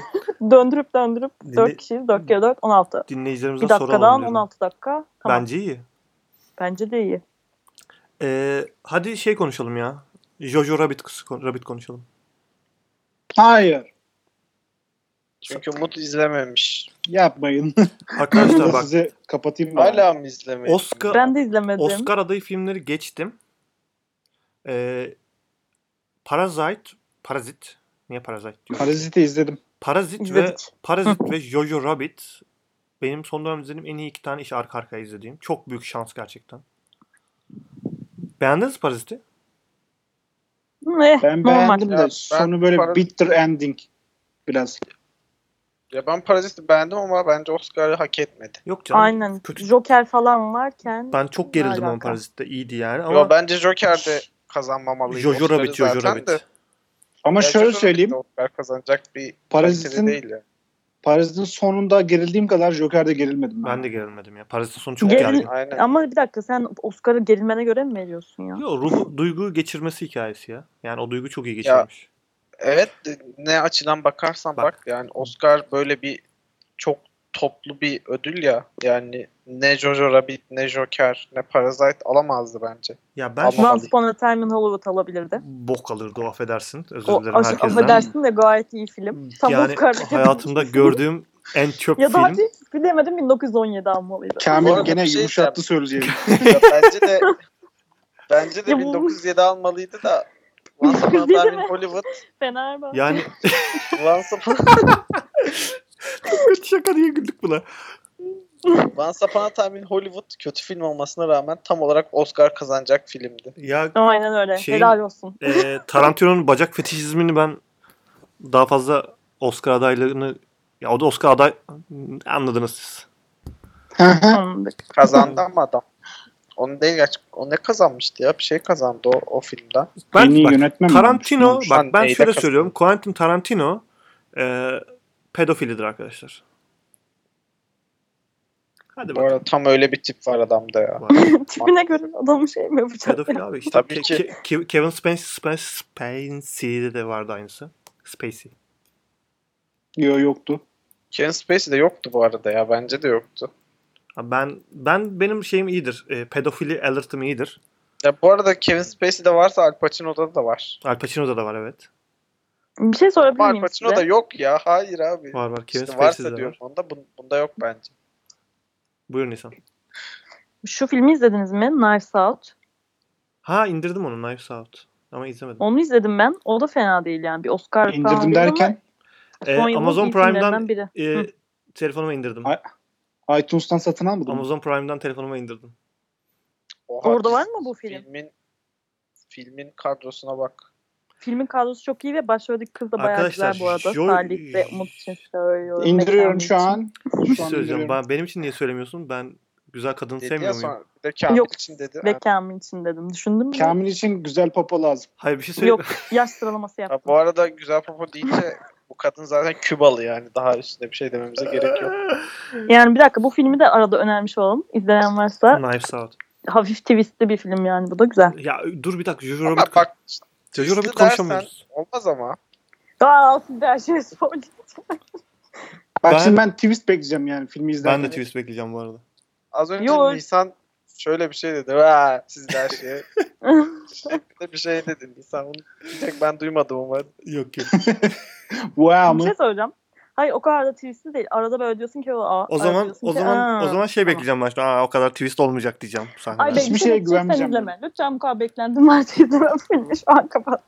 Speaker 3: döndürüp döndürüp
Speaker 1: Dinle-
Speaker 3: 4 kişiyiz. 4 kere 4 16.
Speaker 1: dinleyicilerimize
Speaker 3: Bir
Speaker 1: soralım.
Speaker 3: dakikadan
Speaker 1: dedim.
Speaker 3: 16 dakika. Tamam.
Speaker 1: Bence iyi.
Speaker 3: Bence de iyi.
Speaker 1: Ee, hadi şey konuşalım ya. Jojo Rabbit, kıs- Rabbit konuşalım.
Speaker 2: Hayır.
Speaker 4: Çünkü Umut izlememiş.
Speaker 2: Yapmayın.
Speaker 1: Arkadaşlar
Speaker 2: Burada
Speaker 1: bak
Speaker 2: sizi kapatayım ben.
Speaker 4: Hala mı izlememiş?
Speaker 1: Oscar-
Speaker 3: Ben de izlemedim.
Speaker 1: Oscar adayı filmleri geçtim. Ee, Parasite, Parazit. Niye Parasite diyorum?
Speaker 2: Parazit'i izledim.
Speaker 1: Parazit ve
Speaker 3: İzledik.
Speaker 1: Parazit ve Jojo Rabbit benim son dönem izlediğim en iyi iki tane iş arka arkaya izlediğim. Çok büyük şans gerçekten. Beğendiniz Parazit'i?
Speaker 3: Eh,
Speaker 2: Ben
Speaker 3: normal.
Speaker 2: beğendim de
Speaker 4: Ya ben
Speaker 2: sonu böyle
Speaker 4: Parazit-
Speaker 2: bitter ending biraz.
Speaker 4: Ya ben Parazit'i beğendim ama bence Oscar'ı hak etmedi.
Speaker 1: Yok canım.
Speaker 3: Aynen.
Speaker 1: Kötü.
Speaker 3: Joker falan varken
Speaker 1: Ben çok gerildim ama
Speaker 3: alaka?
Speaker 1: Parazit'te. iyiydi yani ama
Speaker 4: Yo, bence Joker de kazanmamalıydı.
Speaker 1: Jojo
Speaker 4: Oscar'ı
Speaker 1: Rabbit, Jojo
Speaker 4: zaten
Speaker 1: Rabbit.
Speaker 4: de-
Speaker 2: Ama
Speaker 4: Ya
Speaker 2: şöyle
Speaker 4: Jojo
Speaker 2: söyleyeyim.
Speaker 4: Rabbit de Oscar kazanacak bir
Speaker 2: Parazit'in-
Speaker 4: kaliteli değil ya.
Speaker 2: Parazit'in sonunda gerildiğim kadar Joker'de gerilmedim.
Speaker 1: Ben de gerilmedim ya. Parazit'in sonu çok
Speaker 3: Geril-
Speaker 1: gergin.
Speaker 4: Aynen.
Speaker 3: ama bir dakika sen Oscar'ı gerilmene göre mi veriyorsun ya?
Speaker 1: Yo, ruhu, duygu geçirmesi hikayesi ya. Yani o duygu çok iyi geçirmiş.
Speaker 4: Evet ne açıdan bakarsan
Speaker 1: Bak.
Speaker 4: bak. yani Oscar böyle bir çok toplu bir ödül ya. Yani ne Jojo Rabbit ne Joker ne Parasite alamazdı bence.
Speaker 1: Ya ben
Speaker 4: Ama-
Speaker 1: şu an
Speaker 3: Once Upon a Time in Hollywood alabilirdi.
Speaker 1: bok alırdı o affedersin. Özür
Speaker 3: O,
Speaker 1: dilerim
Speaker 3: aş-
Speaker 1: herkesten.
Speaker 3: affedersin de gayet iyi film. Tam
Speaker 1: Yani
Speaker 3: Oscar
Speaker 1: hayatımda gördüğüm en çöp
Speaker 3: ya da
Speaker 1: film.
Speaker 3: hiç bilemedim 1917 almalıydı.
Speaker 4: Bu
Speaker 2: Kamil
Speaker 4: arada
Speaker 2: gene
Speaker 4: bir şey
Speaker 2: yumuşattı söyleyeceğimi.
Speaker 4: Ya bence de bence de
Speaker 3: Ya bu-
Speaker 4: 1907 almalıydı da Once Upon a
Speaker 3: 1907
Speaker 4: Time in
Speaker 3: mi?
Speaker 4: Hollywood
Speaker 3: Fenerbahçe.
Speaker 1: Yani
Speaker 4: Once Upon,
Speaker 1: kötü şaka diye güldük buna.
Speaker 4: Once Upon a Time in Hollywood kötü film olmasına rağmen tam olarak Oscar kazanacak filmdi.
Speaker 1: Ya
Speaker 3: Aynen öyle.
Speaker 1: Şeyin-
Speaker 3: Helal olsun.
Speaker 1: e, Tarantino'nun bacak fetişizmini ben daha fazla Oscar adaylarını ya o da Oscar aday anladınız siz.
Speaker 3: Anladık.
Speaker 4: Kazandı ama adam. Onu değil gerçi. O ne kazanmıştı ya? Bir şey kazandı o, o filmden.
Speaker 1: Ben
Speaker 2: en iyi
Speaker 1: bak,
Speaker 2: yönetmen mi
Speaker 1: Tarantino
Speaker 2: olmuş?
Speaker 1: bak ben
Speaker 4: Neyde
Speaker 1: şöyle
Speaker 4: kastın?
Speaker 1: söylüyorum. Quentin Tarantino e, pedofilidir arkadaşlar. Hadi
Speaker 4: Bu
Speaker 1: bak.
Speaker 4: arada tam öyle bir tip var adamda ya.
Speaker 3: Tipine göre adamı şey mi yapacak?
Speaker 1: Pedofil abi işte.
Speaker 4: Tabii
Speaker 1: Ke-
Speaker 4: ki.
Speaker 1: Ke- Kevin Spacey, Spacey, Spacey'de de vardı aynısı. Spacey.
Speaker 2: Yok yoktu.
Speaker 4: Kevin Spacey de yoktu bu arada ya. Bence de yoktu.
Speaker 1: Abi Ben ben benim şeyim iyidir. E, pedofili alert'ım iyidir.
Speaker 4: Ya bu arada Kevin Spacey de varsa Al Pacino'da da var.
Speaker 1: Al Pacino'da da var evet.
Speaker 3: Bir şey sorabilir
Speaker 4: Ama Al
Speaker 3: miyim
Speaker 4: Pacino'da
Speaker 3: size?
Speaker 4: yok ya. Hayır abi.
Speaker 1: Var var. Kevin
Speaker 4: İşte
Speaker 1: Spacey'de
Speaker 4: varsa
Speaker 1: de var.
Speaker 4: diyorum onda bun- bunda yok bence.
Speaker 1: Buyur Nisan.
Speaker 3: Şu filmi izlediniz mi? Knives Out.
Speaker 1: Ha indirdim onu Knives Out. Ama izlemedim.
Speaker 3: Onu izledim ben. O da fena değil yani. Bir Oscar falan
Speaker 2: İndirdim
Speaker 3: değil
Speaker 2: derken
Speaker 1: Ee,
Speaker 3: ama son yılın
Speaker 1: Amazon
Speaker 3: iyi filmlerinden
Speaker 1: Prime'dan-
Speaker 3: biri.
Speaker 1: E, telefonuma indirdim.
Speaker 2: Ay- iTunes'tan satın almadım.
Speaker 1: Amazon Prime'dan telefonuma indirdim.
Speaker 4: Oha,
Speaker 3: Orada
Speaker 4: biz-
Speaker 3: var mı bu film?
Speaker 4: Filmin, filmin kadrosuna bak.
Speaker 3: Filmin kadrosu çok iyi ve başroldeki kız da bayağı
Speaker 1: Arkadaşlar,
Speaker 3: güzel bu arada.
Speaker 1: Jo-
Speaker 3: Salih ve Umut için söylüyorum.
Speaker 2: İndiriyorum
Speaker 3: Mekan
Speaker 2: şu an.
Speaker 1: Bir
Speaker 2: Şu
Speaker 1: şey
Speaker 2: an
Speaker 1: söyleyeceğim.
Speaker 2: indiriyorum.
Speaker 1: Ben, benim için niye söylemiyorsun? Ben güzel kadın
Speaker 4: Dedi ya
Speaker 1: sevmiyor muyum?
Speaker 4: sonra bir de Kamil
Speaker 3: Yok.
Speaker 4: için dedi.
Speaker 3: Ve
Speaker 4: Ha,
Speaker 3: Kamil için dedim. Düşündün mü?
Speaker 2: Kamil için güzel popo lazım.
Speaker 1: Hayır bir şey söyle.
Speaker 3: Yok. Yaş sıralaması
Speaker 4: ha,
Speaker 3: yaptım.
Speaker 4: bu arada güzel popo deyince bu kadın zaten Kübalı yani. Daha üstüne bir şey dememize gerek yok.
Speaker 1: Ee,
Speaker 3: Yani bir dakika bu filmi de arada önermiş olalım. İzleyen varsa
Speaker 1: Knives Out.
Speaker 3: hafif twistli bir film yani bu da güzel.
Speaker 1: Ya dur bir dakika. Jojo
Speaker 4: Ama
Speaker 1: Rabbit,
Speaker 4: bak
Speaker 1: Jojo Rabbit
Speaker 4: hızlı dersen
Speaker 1: konuşamıyoruz.
Speaker 4: olmaz ama.
Speaker 3: Aa olsun her şey spoiler.
Speaker 2: Bak
Speaker 1: Ben-
Speaker 2: şimdi ben twist bekleyeceğim yani filmi izlerken.
Speaker 1: Ben de twist bekleyeceğim bu arada.
Speaker 4: Az önce
Speaker 3: Yo.
Speaker 4: Nisan şöyle bir şey dedi. Vaa siz de her şeye şeklinde bir şey dedi Nisan. Onu bir tek ben duymadım umarım.
Speaker 1: Yok yok.
Speaker 2: Wow
Speaker 3: Bir
Speaker 2: mı?
Speaker 3: şey söyleyeceğim. Hayır o kadar da twistsiz değil. Arada böyle diyorsun ki aa.
Speaker 1: O
Speaker 3: arada
Speaker 1: zaman
Speaker 3: diyorsun
Speaker 1: o
Speaker 3: ki,
Speaker 1: zaman
Speaker 3: aa.
Speaker 1: o zaman şey
Speaker 3: Tamam.
Speaker 1: bekleyeceğim başta. Aa o kadar twist olmayacak diyeceğim bu sahnede.
Speaker 3: Ay be,
Speaker 2: Hiçbir
Speaker 3: hiçbir
Speaker 2: şeye
Speaker 3: şeye
Speaker 2: güvenmeyeceğim.
Speaker 3: izleme. Lütfen bu kadar beklendim varsa izlemem. Filmi şu an kapat.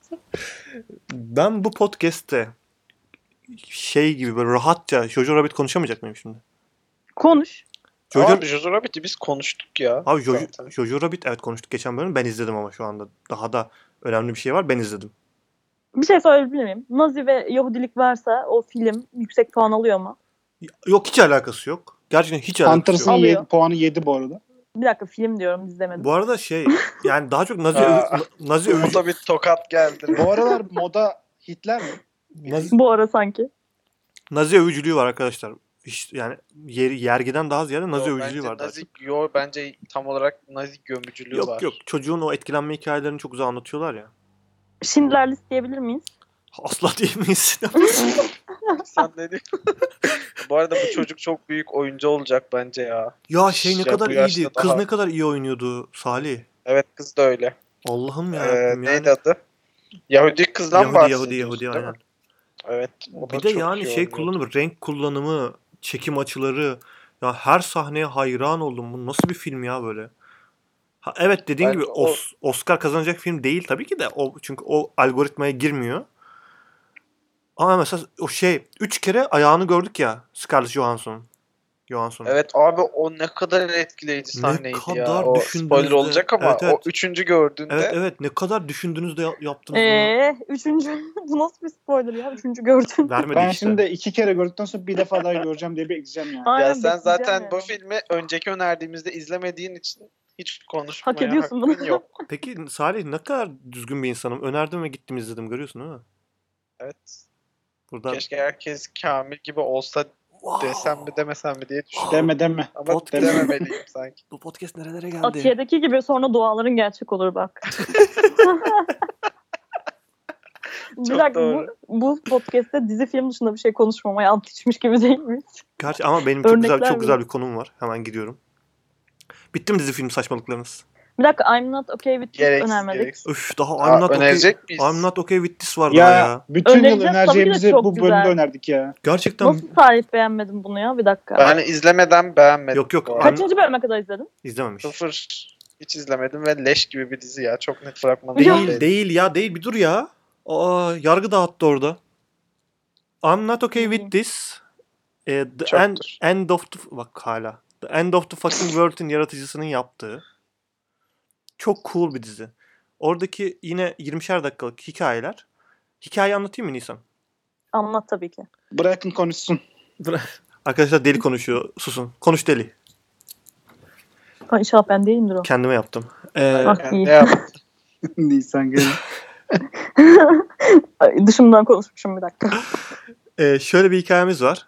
Speaker 1: Ben bu podcast'te şey gibi böyle rahatça Jojo Rabbit konuşamayacak mıyım şimdi?
Speaker 3: Konuş.
Speaker 1: Jojo
Speaker 4: Abi Jojo Rabbit'i biz konuştuk ya.
Speaker 1: Abi Jojo,
Speaker 4: Zaten.
Speaker 1: Jojo Rabbit evet konuştuk geçen bölüm. Ben izledim ama şu anda daha da önemli bir şey var. Ben izledim.
Speaker 3: Bir şey söyleyebilir miyim? Nazi ve Yahudilik varsa o film yüksek puan alıyor mu?
Speaker 1: Yok hiç alakası yok. Gerçekten hiç alakası
Speaker 2: Hunters'ın
Speaker 1: yok.
Speaker 3: Alıyor.
Speaker 2: yedi- puanı 7 bu arada.
Speaker 3: Bir dakika film diyorum izlemedim.
Speaker 1: Bu arada şey yani daha çok Nazi,
Speaker 4: Aa.
Speaker 1: övü- Nazi
Speaker 4: O
Speaker 1: övücü
Speaker 4: da bir tokat geldi.
Speaker 2: Bu aralar moda Hitler mi?
Speaker 1: Nazi,
Speaker 3: Bu ara sanki.
Speaker 1: Nazi övücülüğü var arkadaşlar. Hiç- yani yer, yergiden daha ziyade Nazi
Speaker 4: Yo,
Speaker 1: övücülüğü
Speaker 4: bence
Speaker 1: var. daha
Speaker 4: Nazi,
Speaker 1: çok.
Speaker 4: yo, bence tam olarak Nazi gömücülüğü
Speaker 1: Yok
Speaker 4: var.
Speaker 1: yok çocuğun o etkilenme hikayelerini çok güzel anlatıyorlar ya.
Speaker 3: Schindler List diyebilir miyiz?
Speaker 1: Asla diyemeyiz.
Speaker 4: Sen ne diyorsun? bu arada bu çocuk çok büyük oyuncu olacak bence ya.
Speaker 1: ya şey ne
Speaker 4: Ya
Speaker 1: kadar
Speaker 4: bu yaşta
Speaker 1: iyiydi. Kız
Speaker 4: daha-
Speaker 1: ne kadar iyi oynuyordu Salih.
Speaker 4: Evet kız da öyle.
Speaker 1: Allah'ım ya.
Speaker 4: Ee, neydi adı? Yahudi kızdan
Speaker 1: Yahudi
Speaker 4: bahsediyorsun
Speaker 1: Yahudi Yahudi
Speaker 4: değil mi?
Speaker 1: aynen.
Speaker 4: Evet. o da
Speaker 1: Bir de
Speaker 4: çok
Speaker 1: yani
Speaker 4: iyi
Speaker 1: şey
Speaker 4: oynuyordu.
Speaker 1: kullanımı, renk kullanımı, çekim açıları. Ya her sahneye hayran oldum. Bu nasıl bir film ya böyle? Ha, evet dediğin
Speaker 4: Bence
Speaker 1: gibi
Speaker 4: o-
Speaker 1: Os- Oscar kazanacak film değil tabii ki de. O, çünkü o algoritmaya girmiyor. Ama mesela o şey üç kere ayağını gördük ya Scarlett Johansson. Johansson.
Speaker 4: Evet abi o ne kadar etkileyici
Speaker 1: Ne
Speaker 4: sahneydi ya.
Speaker 1: kadar
Speaker 4: O
Speaker 1: düşündüğünüzde-
Speaker 4: spoiler olacak ama
Speaker 1: Evet, evet.
Speaker 4: o üçüncü gördüğünde
Speaker 1: evet, evet. ne kadar düşündünüz de ya- yaptınız bunu.
Speaker 3: Eee Ee, üçüncü. Bu nasıl bir spoiler ya? Üçüncü gördün.
Speaker 1: Vermedi
Speaker 2: Ben
Speaker 1: işte.
Speaker 2: şimdi iki kere gördükten sonra bir defa daha göreceğim diye bekleyeceğim yani.
Speaker 3: Aynen,
Speaker 4: ya sen
Speaker 3: bekleyeceğim
Speaker 4: zaten
Speaker 3: yani.
Speaker 4: bu filmi önceki önerdiğimizde izlemediğin için hiç konuşmaya
Speaker 3: Hak ediyorsun
Speaker 4: hakkın
Speaker 3: bunu.
Speaker 4: yok.
Speaker 1: Peki Salih ne kadar düzgün bir insanım. Önerdim ve gittim izledim görüyorsun değil mi?
Speaker 4: Evet.
Speaker 1: Buradan
Speaker 4: Keşke herkes Kamil gibi olsa
Speaker 1: Wow.
Speaker 4: desem mi demesem mi diye
Speaker 1: Ah,
Speaker 4: düşünüyorum.
Speaker 2: Deme deme.
Speaker 4: Ama
Speaker 1: Podcast.
Speaker 4: dememeliyim sanki.
Speaker 1: Bu podcast nerelere geldi?
Speaker 3: Atiye'deki gibi sonra duaların gerçek olur bak. bir
Speaker 4: Çok
Speaker 3: dakika bu,
Speaker 4: doğru.
Speaker 3: bu podcast'te dizi film dışında bir şey konuşmamaya ant içmiş gibi değil miyiz?
Speaker 1: Gerçi ama benim çok güzel
Speaker 3: Örnekler
Speaker 1: çok
Speaker 3: mi?
Speaker 1: güzel bir konum var. Hemen gidiyorum. Bitti mi dizi film saçmalıklarınız?
Speaker 3: Bir dakika I'm not okay with this
Speaker 4: Gereksiz
Speaker 3: önermedik.
Speaker 4: gereksiz.
Speaker 1: Öf daha
Speaker 4: Aa,
Speaker 1: I'm not okay.
Speaker 4: önerecek miyiz?
Speaker 1: I'm not okay with this var
Speaker 2: Ya,
Speaker 1: daha ya.
Speaker 2: bütün yıl
Speaker 3: Önereceğiz tabii ki de
Speaker 2: önereceğimizi
Speaker 3: çok
Speaker 2: bu bölümde
Speaker 3: güzel.
Speaker 2: önerdik ya.
Speaker 1: Gerçekten
Speaker 3: Nasıl tarif beğenmedim bunu ya? Bir dakika.
Speaker 4: Ben hani izlemeden beğenmedim.
Speaker 1: Yok, yok.
Speaker 4: bu arada.
Speaker 1: Ben-
Speaker 3: Kaçıncı bölüme kadar izledin?
Speaker 1: izlememiş.
Speaker 4: Sıfır. Hiç izlemedim ve leş gibi bir dizi ya. Çok net fragmanı.
Speaker 1: Değil değil ya değil bir dur ya. Aa yargı dağıttı orada. I'm not okay with this. Eh, the
Speaker 4: Çoktur.
Speaker 1: end, end of the bak hala. The End of the Fucking World'in yaratıcısının yaptığı çok cool bir dizi. Oradaki yine 20'şer dakikalık hikayeler. Hikayeyi anlatayım mı Nisan?
Speaker 3: Anlat tabii ki.
Speaker 2: Bırakın konuşsun.
Speaker 1: Arkadaşlar deli konuşuyor. Susun. Konuş deli.
Speaker 3: Ha, İnşallah ben değilimdir o.
Speaker 1: Kendime yaptım. Ee,
Speaker 3: Bak
Speaker 4: Yani
Speaker 3: iyi.
Speaker 4: ne yap-
Speaker 2: Nisan gelin.
Speaker 3: Ay, Dışımdan konuşmuşum bir dakika.
Speaker 1: e, şöyle bir hikayemiz var.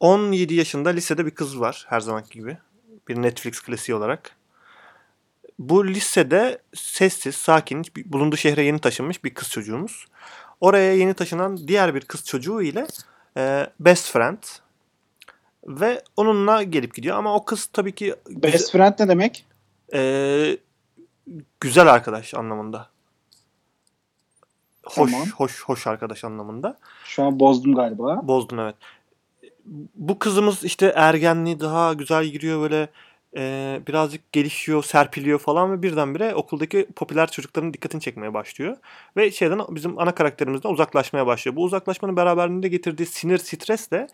Speaker 1: 17 yaşında lisede bir kız var her zamanki gibi. Bir Netflix klasiği olarak. Bu lisede sessiz, sakin, bir- bulunduğu şehre yeni taşınmış bir kız çocuğumuz. Oraya yeni taşınan diğer bir kız çocuğu ile e, best friend ve onunla gelip gidiyor ama o kız tabii ki güze-
Speaker 2: Best friend ne demek?
Speaker 1: e, güzel arkadaş anlamında. Hoş,
Speaker 2: Tamam.
Speaker 1: hoş, hoş arkadaş anlamında.
Speaker 2: Şu an bozdum galiba.
Speaker 1: Bozdun evet. Bu kızımız işte ergenliği daha güzel giriyor böyle e, birazcık gelişiyor, serpiliyor falan ve birdenbire okuldaki popüler çocukların dikkatini çekmeye başlıyor. Ve şeyden bizim ana karakterimizden uzaklaşmaya başlıyor. Bu uzaklaşmanın beraberinde getirdiği sinir, stres de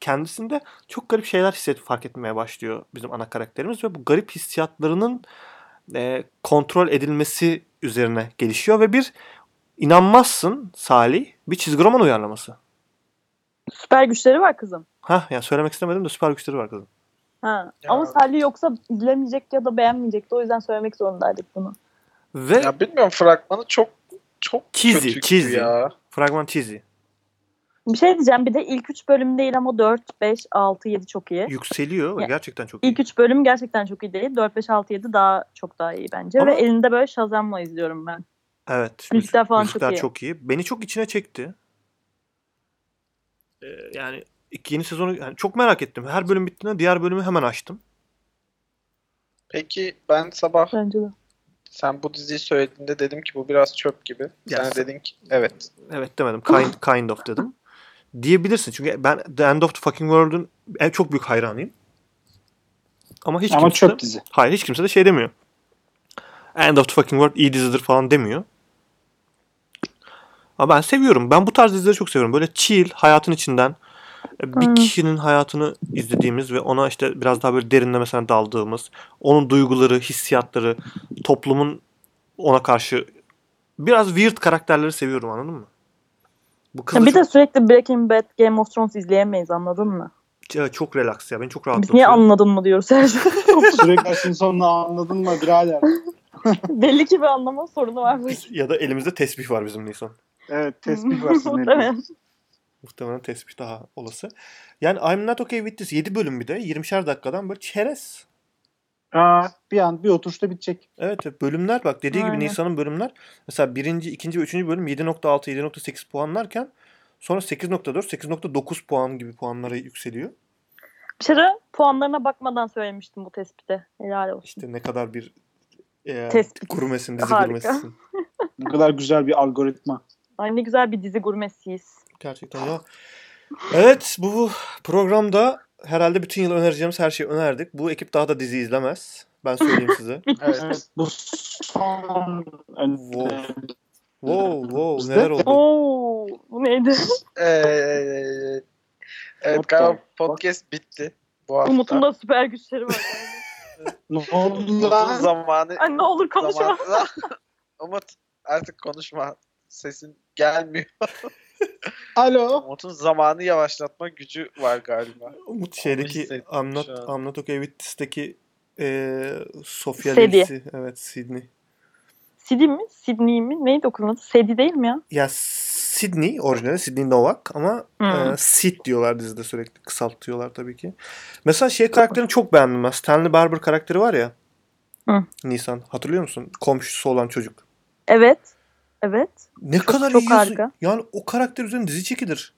Speaker 1: kendisinde çok garip şeyler hisset fark etmeye başlıyor bizim ana karakterimiz ve bu garip hissiyatlarının e, kontrol edilmesi üzerine gelişiyor ve bir inanmazsın Salih bir çizgi roman uyarlaması.
Speaker 3: Süper güçleri var kızım.
Speaker 1: Ha yani söylemek istemedim de süper güçleri var kızın.
Speaker 3: Ha.
Speaker 4: Ya.
Speaker 3: Ama Salih yoksa bilemeyecek ya da beğenmeyecekti. O yüzden söylemek zorundaydık bunu.
Speaker 1: Ve
Speaker 4: Ya bilmiyorum fragmanı çok çok
Speaker 1: Cheesy,
Speaker 4: kötüydü
Speaker 1: cheesy.
Speaker 4: ya.
Speaker 1: fragman cheesy.
Speaker 3: Bir şey diyeceğim. Bir de ilk 3 bölüm değil ama 4, 5, 6, 7 çok iyi.
Speaker 1: Yükseliyor ve
Speaker 3: Ya,
Speaker 1: gerçekten çok iyi.
Speaker 3: İlk 3 bölüm gerçekten çok iyi değil. 4, 5, 6, 7 daha çok daha iyi bence.
Speaker 1: Ama-
Speaker 3: Ve elinde böyle Shazam'la izliyorum ben.
Speaker 1: Evet.
Speaker 3: Müzikler
Speaker 1: müzik-
Speaker 3: falan çok
Speaker 1: müzikler
Speaker 3: iyi.
Speaker 1: çok iyi. Beni çok içine çekti. Ee, yani ilk yeni sezonu yani çok merak ettim. Her bölüm bittiğinde diğer bölümü hemen açtım.
Speaker 4: Peki ben sabah
Speaker 3: Bence de.
Speaker 4: sen bu diziyi söylediğinde dedim ki bu biraz çöp gibi. Sen
Speaker 1: Yes.
Speaker 4: dedin ki evet.
Speaker 1: Evet demedim. Kind, kind of dedim. Diyebilirsin çünkü ben The End of the Fucking World'un en çok büyük hayranıyım. Ama hiç
Speaker 2: Ama
Speaker 1: kimse de,
Speaker 2: çöp dizi.
Speaker 1: hayır hiç kimse de şey demiyor. End of the Fucking World iyi dizidir falan demiyor. Ama ben seviyorum. Ben bu tarz dizileri çok seviyorum. Böyle chill hayatın içinden e, bir
Speaker 3: Aynen.
Speaker 1: kişinin hayatını izlediğimiz ve ona işte biraz daha böyle derinlemesine daldığımız, onun duyguları, hissiyatları, toplumun ona karşı biraz weird karakterleri seviyorum anladın mı? Bu kız
Speaker 3: Ya
Speaker 1: da
Speaker 3: bir
Speaker 1: çok,
Speaker 3: de sürekli Breaking Bad, Game of Thrones izleyemeyiz anladın mı?
Speaker 1: evet, çok relax ya. Beni çok
Speaker 3: Biz niye
Speaker 1: rahatlatıyor.
Speaker 3: anladın mı diyoruz her şey.
Speaker 2: Sürekli aşkın sonunu anladın mı birader?
Speaker 3: Belli ki bir anlama sorunu var. bu işin.
Speaker 1: Ya da elimizde tesbih var bizim Nisan.
Speaker 2: Evet tespih var sizin elinizde.
Speaker 3: Muhtemelen.
Speaker 1: Muhtemelen tespih daha olası. Yani I'm Not Okay With This 7 bölüm bir de 20'şer dakikadan böyle çerez.
Speaker 2: Aa, bir an bir oturuşta bitecek.
Speaker 1: Evet evet, bölümler bak dediği gibi
Speaker 3: Aynen.
Speaker 1: Nisan'ın bölümler mesela birinci, ikinci ve üçüncü bölüm 7.6, 7.8 puanlarken sonra 8.4, 8.9 puan gibi puanlara yükseliyor.
Speaker 3: Bir şey de puanlarına bakmadan söylemiştim bu tespite. Helal olsun.
Speaker 1: İşte ne kadar bir e,
Speaker 3: Tespit.
Speaker 1: gurmesin, dizi
Speaker 3: Harika.
Speaker 1: gurmesisin.
Speaker 2: Ne kadar güzel bir algoritma.
Speaker 3: Ay ne güzel bir dizi gurmesiyiz.
Speaker 1: Gerçekten ya. Evet bu programda herhalde bütün yıl önereceğimiz her şeyi önerdik. Bu ekip daha da dizi izlemez. Ben söyleyeyim size.
Speaker 4: Evet.
Speaker 2: Evet bu son
Speaker 1: Wow. Wow wow
Speaker 2: Bizde-
Speaker 1: neler oldu.
Speaker 3: Oo, bu neydi?
Speaker 4: Ee, evet
Speaker 2: What
Speaker 4: galiba
Speaker 2: the-
Speaker 4: podcast bitti bu hafta.
Speaker 3: Umut'un da süper güçleri var.
Speaker 2: Ne oldu
Speaker 4: Umut'un
Speaker 2: lan?
Speaker 4: zamanı.
Speaker 3: Ay ne olur konuşma.
Speaker 4: zamanı- Umut artık konuşma. Sesin gelmiyor.
Speaker 2: Alo.
Speaker 4: Umut'un zamanı yavaşlatma gücü var galiba.
Speaker 1: Umut
Speaker 4: Onu
Speaker 1: şeydeki
Speaker 4: hissettim
Speaker 1: I'm not,
Speaker 4: şu an.
Speaker 1: I'm not okay with this'teki e, Sofya
Speaker 3: Sedi.
Speaker 1: Lisi. Evet Sydney.
Speaker 3: Sidi mi? Sydney mi? Neydi okulun adı? Sedi değil mi ya?
Speaker 1: Ya Sydney orijinali Sydney Novak ama
Speaker 3: Hmm.
Speaker 1: e, Sid diyorlar dizide sürekli kısaltıyorlar tabii ki. Mesela şey karakterini çok beğendim ben. Stanley Barber karakteri var ya.
Speaker 3: Hı.
Speaker 1: Nisan hatırlıyor musun? Komşusu olan çocuk.
Speaker 3: Evet. Evet.
Speaker 1: Ne kadar
Speaker 3: çok
Speaker 1: iyi yazı-
Speaker 3: harika.
Speaker 1: Yani o karakter üzerine dizi çekilir.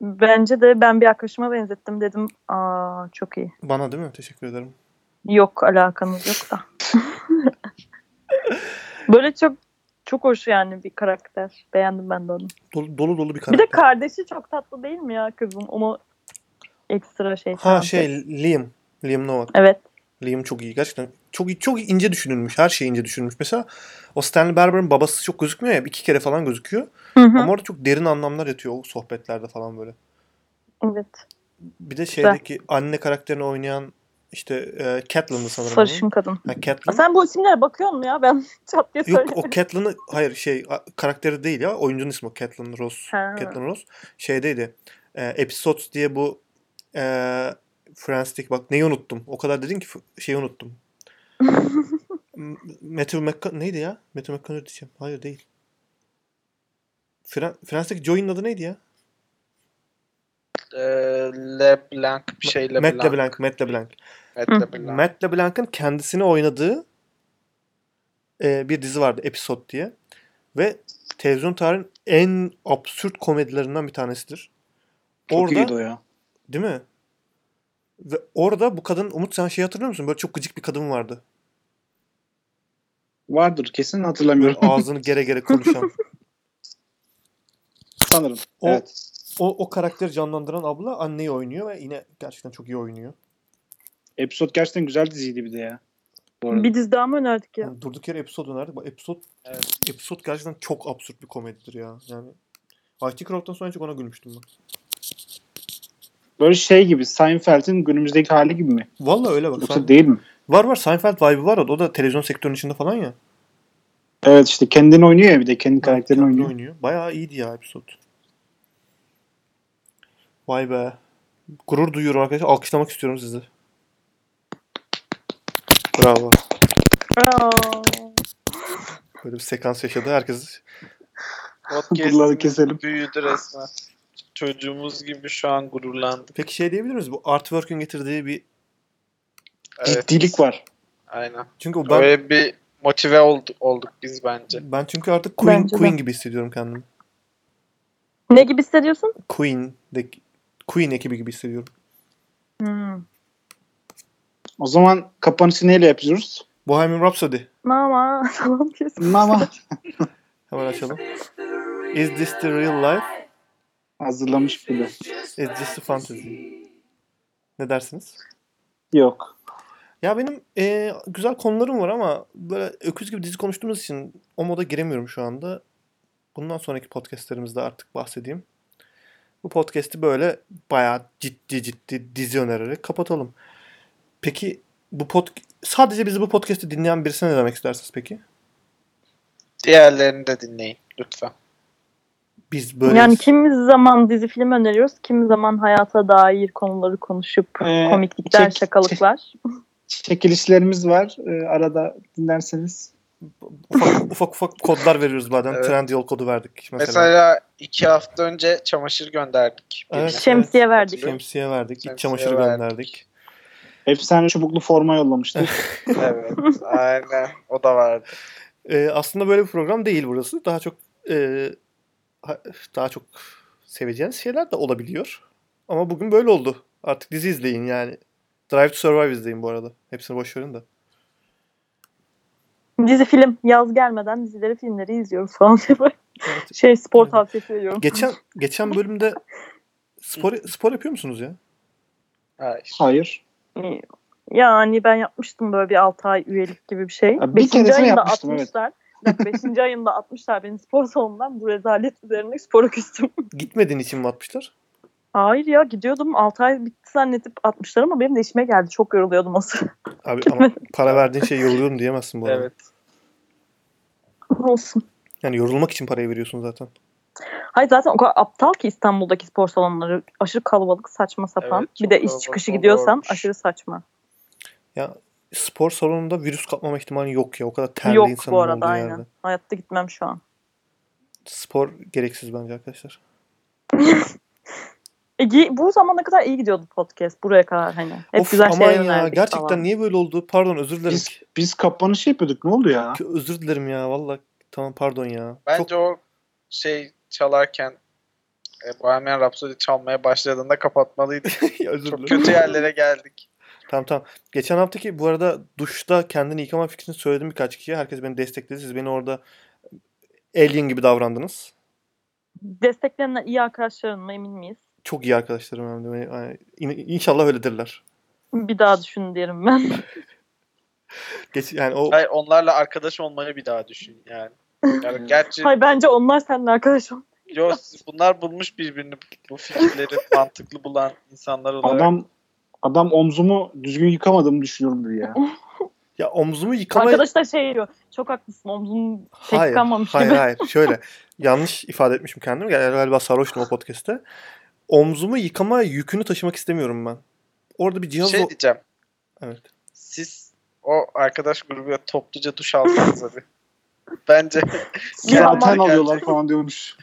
Speaker 3: Bence de ben bir arkadaşıma benzettim dedim. Aa çok iyi.
Speaker 1: Bana değil mi? Teşekkür ederim.
Speaker 3: Yok alakanız yok da. Böyle çok çok hoş yani bir karakter. Beğendim ben de onu.
Speaker 1: Dolu dolu, dolu bir
Speaker 3: Bir
Speaker 1: karakter.
Speaker 3: de kardeşi çok tatlı değil mi ya kızın? Onu ekstra şey.
Speaker 1: ha
Speaker 3: çağırdı.
Speaker 1: şey Liam. Liam Novak.
Speaker 3: Evet.
Speaker 1: Liam çok iyi gerçekten. Çok iyi, çok ince düşünülmüş. Her şey ince düşünülmüş. Mesela o Stanley Barber'ın babası çok gözükmüyor ya. iki kere falan gözüküyor.
Speaker 3: Hı hı.
Speaker 1: Ama orada çok derin anlamlar yatıyor o sohbetlerde falan böyle.
Speaker 3: Evet.
Speaker 1: Bir de şeydeki anne karakterini oynayan işte e, Catelyn'dı sanırım. onun.
Speaker 3: Sarışın kadın.
Speaker 1: Ha,
Speaker 3: Aa,
Speaker 1: Catelyn.
Speaker 3: Sen bu isimlere bakıyor musun ya? Ben çat diye
Speaker 1: Yok
Speaker 3: söyleyeyim.
Speaker 1: o Catelyn'ı hayır şey a- karakteri değil ya oyuncunun ismi o Catelyn Ross.
Speaker 3: Ha.
Speaker 1: Catelyn Ross şeydeydi. E, Episodes diye bu e, Friends'teki bak neyi unuttum. O kadar dedin ki f- şeyi unuttum. M- Matthew McConaughey neydi ya? Matthew McConaughey diyeceğim. Hayır değil. Fren Friends'teki Joey'nin adı neydi ya?
Speaker 4: Ee, LeBlanc bir şey LeBlanc.
Speaker 1: Matt LeBlanc. Matt LeBlanc.
Speaker 4: Matt
Speaker 3: Hı.
Speaker 4: LeBlanc.
Speaker 1: Matt LeBlanc'ın kendisini oynadığı e, bir dizi vardı Episode diye. Ve televizyon tarihinin en absürt komedilerinden bir tanesidir.
Speaker 2: Çok
Speaker 1: Orada-
Speaker 2: iyiydi o ya.
Speaker 1: Değil mi? Ve orada bu kadın Umut sen şey hatırlıyor musun? Böyle çok gıcık bir kadın vardı.
Speaker 2: Vardır kesin
Speaker 1: Böyle
Speaker 2: hatırlamıyorum
Speaker 1: ağzını gere gere konuşan.
Speaker 2: sanırım.
Speaker 1: O-
Speaker 2: Evet.
Speaker 1: O, o karakteri canlandıran abla anneyi oynuyor ve yine gerçekten çok iyi oynuyor.
Speaker 2: Episode gerçekten güzel diziydi bir de ya. Bu arada.
Speaker 3: Bir dizi daha mı önerdik ya?
Speaker 1: Yani durduk yere episode önerdik. Bak episode,
Speaker 4: Evet.
Speaker 1: episode gerçekten çok absürt bir komedidir ya. Yani IT Crowd'dan sonra en çok ona gülmüştüm ben.
Speaker 2: Böyle şey gibi Seinfeld'in günümüzdeki hali gibi mi?
Speaker 1: Vallahi öyle bak.
Speaker 2: Yoksa
Speaker 1: Sein-
Speaker 2: değil mi?
Speaker 1: var var Seinfeld vibe'ı var o da, o da televizyon sektörünün içinde falan ya.
Speaker 2: Evet işte kendini oynuyor ya bir de kendi karakterini
Speaker 1: Kendini
Speaker 2: oynuyor.
Speaker 1: oynuyor. Bayağı iyiydi ya episode. Vay be. Gurur duyuyorum arkadaşlar. Alkışlamak istiyorum sizi. Bravo.
Speaker 3: Aa,
Speaker 1: Böyle bir sekans yaşadı. Herkes
Speaker 2: Buraları
Speaker 4: Podcast'imiz
Speaker 2: keselim.
Speaker 4: büyüdü resmen. Çocuğumuz gibi şu an gururlandık.
Speaker 1: Peki şey diyebilir miyiz? Bu artwork'ün getirdiği bir...
Speaker 4: Evet,
Speaker 2: Ciddilik var.
Speaker 4: aynen.
Speaker 1: Çünkü ben
Speaker 4: Böyle bir motive oldu- olduk biz bence.
Speaker 1: ben çünkü artık Queen
Speaker 3: Bence de.
Speaker 1: Queen gibi hissediyorum kendimi.
Speaker 3: ne gibi hissediyorsun?
Speaker 1: Queen'deki Queen ekibi gibi hissediyorum.
Speaker 3: Hmm.
Speaker 2: O zaman kapanışı neyle yapıyoruz?
Speaker 1: Bohemian Rhapsody.
Speaker 3: Mama falan diyorsun.
Speaker 2: Mama
Speaker 1: Hemen açalım. Is this the real life?
Speaker 2: hazırlamış bile.
Speaker 1: Is this the fantasy? Ne dersiniz?
Speaker 2: Yok.
Speaker 1: Ya benim eee, güzel konularım var ama böyle öküz gibi dizi konuştuğumuz için o moda giremiyorum şu anda. Bundan sonraki podcastlerimizde artık bahsedeyim. Bu podcast'i böyle bayağı ciddi ciddi dizi önererek kapatalım. Peki bu pod sadece bizi bu podcast'i dinleyen birisine ne demek istersiniz peki?
Speaker 4: Diğerlerini de dinleyin lütfen.
Speaker 1: Biz böyle
Speaker 3: Yani kimi zaman dizi film öneriyoruz, kimi zaman hayata dair konuları konuşup
Speaker 2: Ee,
Speaker 3: komiklikler,
Speaker 2: çek-
Speaker 3: şakalıklar.
Speaker 2: Çekilişlerimiz var. Ee, arada dinlerseniz.
Speaker 1: ufak ufak, ufak kodlar veriyoruz bazen.
Speaker 4: Evet.
Speaker 1: Trendyol kodu verdik mesela.
Speaker 4: Mesela iki hafta önce çamaşır gönderdik. birine.
Speaker 1: Evet.
Speaker 3: Şemsiye verdik.
Speaker 4: Hatırlıyor
Speaker 1: Şemsiye verdik, iç
Speaker 4: Şemsiye
Speaker 1: çamaşırı
Speaker 4: verdik.
Speaker 1: gönderdik.
Speaker 2: Efsane çubuklu forma yollamıştık.
Speaker 4: evet. Aynen. O da vardı.
Speaker 1: Ee, aslında böyle bir program değil burası. Daha çok e, ha- daha çok seveceğiniz şeyler de olabiliyor. Ama bugün böyle oldu. Artık dizi izleyin yani. Drive to Survive izleyin bu arada. Hepsini boş verin de.
Speaker 3: Dizi film yaz gelmeden dizileri filmleri izliyoruz falan diye böyle
Speaker 1: Evet.
Speaker 3: şey spor
Speaker 1: Evet.
Speaker 3: tavsiyesi veriyorum.
Speaker 1: Geçen geçen bölümde spor spor yapıyor musunuz ya?
Speaker 4: Hayır.
Speaker 2: Hayır.
Speaker 3: Ee, Yani ben yapmıştım böyle bir 6 ay üyelik gibi bir şey.
Speaker 2: Ha, bir
Speaker 3: 5.
Speaker 2: keresine
Speaker 3: ayında
Speaker 2: yapmıştım, evet.
Speaker 3: atmışlar. 5. ayında atmışlar beni spor salonundan bu rezalet üzerine spora küstüm.
Speaker 1: Gitmediğin için mi atmışlar?
Speaker 3: Hayır ya gidiyordum 6 ay bitti zannedip atmışlar ama benim de işime geldi. Çok yoruluyordum o sırada.
Speaker 1: Abi ama para verdiğin şey yoruluyorum diyemezsin bu arada.
Speaker 4: Evet.
Speaker 3: Olsun.
Speaker 1: Yani yorulmak için parayı veriyorsun zaten.
Speaker 3: Hayır zaten o kadar aptal ki İstanbul'daki spor salonları. Aşırı kalabalık saçma sapan.
Speaker 4: Evet,
Speaker 3: bir
Speaker 4: çok
Speaker 3: de iş
Speaker 4: kalabalık,
Speaker 3: çıkışı
Speaker 4: o
Speaker 3: gidiyorsan
Speaker 4: doğruymuş.
Speaker 3: aşırı saçma.
Speaker 1: Spor salonunda virüs kapmama ihtimali yok ya. O kadar terli
Speaker 3: Yok
Speaker 1: insanın
Speaker 3: bu
Speaker 1: olduğu
Speaker 3: arada aynen.
Speaker 1: yerde.
Speaker 3: Hayatta gitmem şu an.
Speaker 1: Spor gereksiz bence arkadaşlar.
Speaker 3: E, gi- bu zamana kadar iyi gidiyordu podcast buraya kadar hani. Hep
Speaker 1: of
Speaker 3: güzel
Speaker 1: aman
Speaker 3: şeyler
Speaker 1: ya
Speaker 3: önerdik
Speaker 1: gerçekten
Speaker 3: falan.
Speaker 1: niye böyle oldu? Pardon özür dilerim.
Speaker 2: Biz, biz kapanışı yapıyorduk. Ne oldu ya?
Speaker 1: Ki- Özür dilerim ya valla. Tamam pardon ya.
Speaker 4: Bence
Speaker 1: Çok
Speaker 4: o şey çalarken e, Bohemian Rhapsody çalmaya başladığında kapatmalıydı.
Speaker 1: özür
Speaker 4: Çok
Speaker 1: dilerim.
Speaker 4: kötü yerlere geldik.
Speaker 1: Tamam tamam. Geçen haftaki bu arada duşta kendini yıkama fikrini söyledim birkaç kişiye. Herkes beni destekledi. Siz beni orada alien gibi davrandınız.
Speaker 3: Desteklenen iyi arkadaşların mı emin miyiz?
Speaker 1: Çok iyi arkadaşlarım hem de. Beni- Yani in- inşallah öyledirler.
Speaker 3: Bir daha düşün derim ben.
Speaker 1: Geç, yani o
Speaker 4: Hayır onlarla arkadaş olmayı bir daha düşün yani. yani gerçi
Speaker 3: Hayır bence onlar seninle arkadaş ol.
Speaker 4: yo, bunlar bulmuş birbirini bu fikirleri mantıklı bulan insanlar olarak.
Speaker 2: Adam adam omzumu düzgün yıkamadığımı düşünüyorumdur ya.
Speaker 1: ya omzumu yıkama
Speaker 3: Arkadaş da şey diyor. Çok haklısın omzun pek
Speaker 1: Hayır,
Speaker 3: kalmamış
Speaker 1: hayır,
Speaker 3: gibi.
Speaker 1: hayır. Şöyle yanlış ifade etmişim kendimi. Gel- Galiba sarhoştum o podcast'te. Omzumu yıkama yükünü taşımak istemiyorum ben. Orada bir cihaz
Speaker 4: şey
Speaker 1: o-
Speaker 4: diyeceğim.
Speaker 1: Evet.
Speaker 4: Siz o arkadaş grubuyla topluca duş alsanız hadi. Bence
Speaker 2: Zaten
Speaker 4: Gerçek.
Speaker 2: alıyorlar falan diyormuş.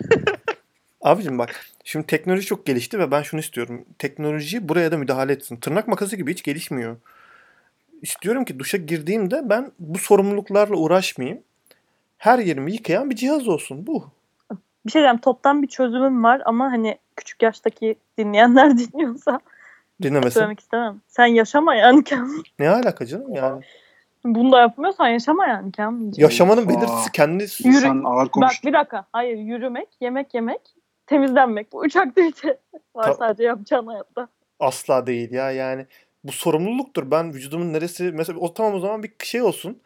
Speaker 1: Abicim bak şimdi teknoloji çok gelişti ve ben şunu istiyorum. Teknoloji buraya da müdahale etsin. Tırnak makası gibi hiç gelişmiyor. İstiyorum ki duşa girdiğimde ben bu sorumluluklarla uğraşmayayım. Her yerimi yıkayan bir cihaz olsun. Bu.
Speaker 3: bir şey diyeceğim toptan bir çözümüm var ama hani küçük yaştaki dinleyenler dinliyorsa
Speaker 1: Dinlemesin.
Speaker 3: söylemek istemem. Sen yaşama yani Kamil.
Speaker 1: Ne alaka canım yani.
Speaker 3: Bunu da yapmıyorsan yaşama yani Kamil'ciğim.
Speaker 1: Yaşamanın
Speaker 2: Aa.
Speaker 1: belirtisi kendi
Speaker 3: Yürü.
Speaker 2: İnsan ağır
Speaker 3: Bak
Speaker 2: konuştu.
Speaker 3: bir dakika. Hayır yürümek, yemek yemek, temizlenmek. Bu üç aktivite var
Speaker 1: Ta-
Speaker 3: sadece yapacağın hayatta.
Speaker 1: Asla değil ya yani. Bu sorumluluktur. Ben vücudumun neresi mesela o tamam o zaman bir şey olsun.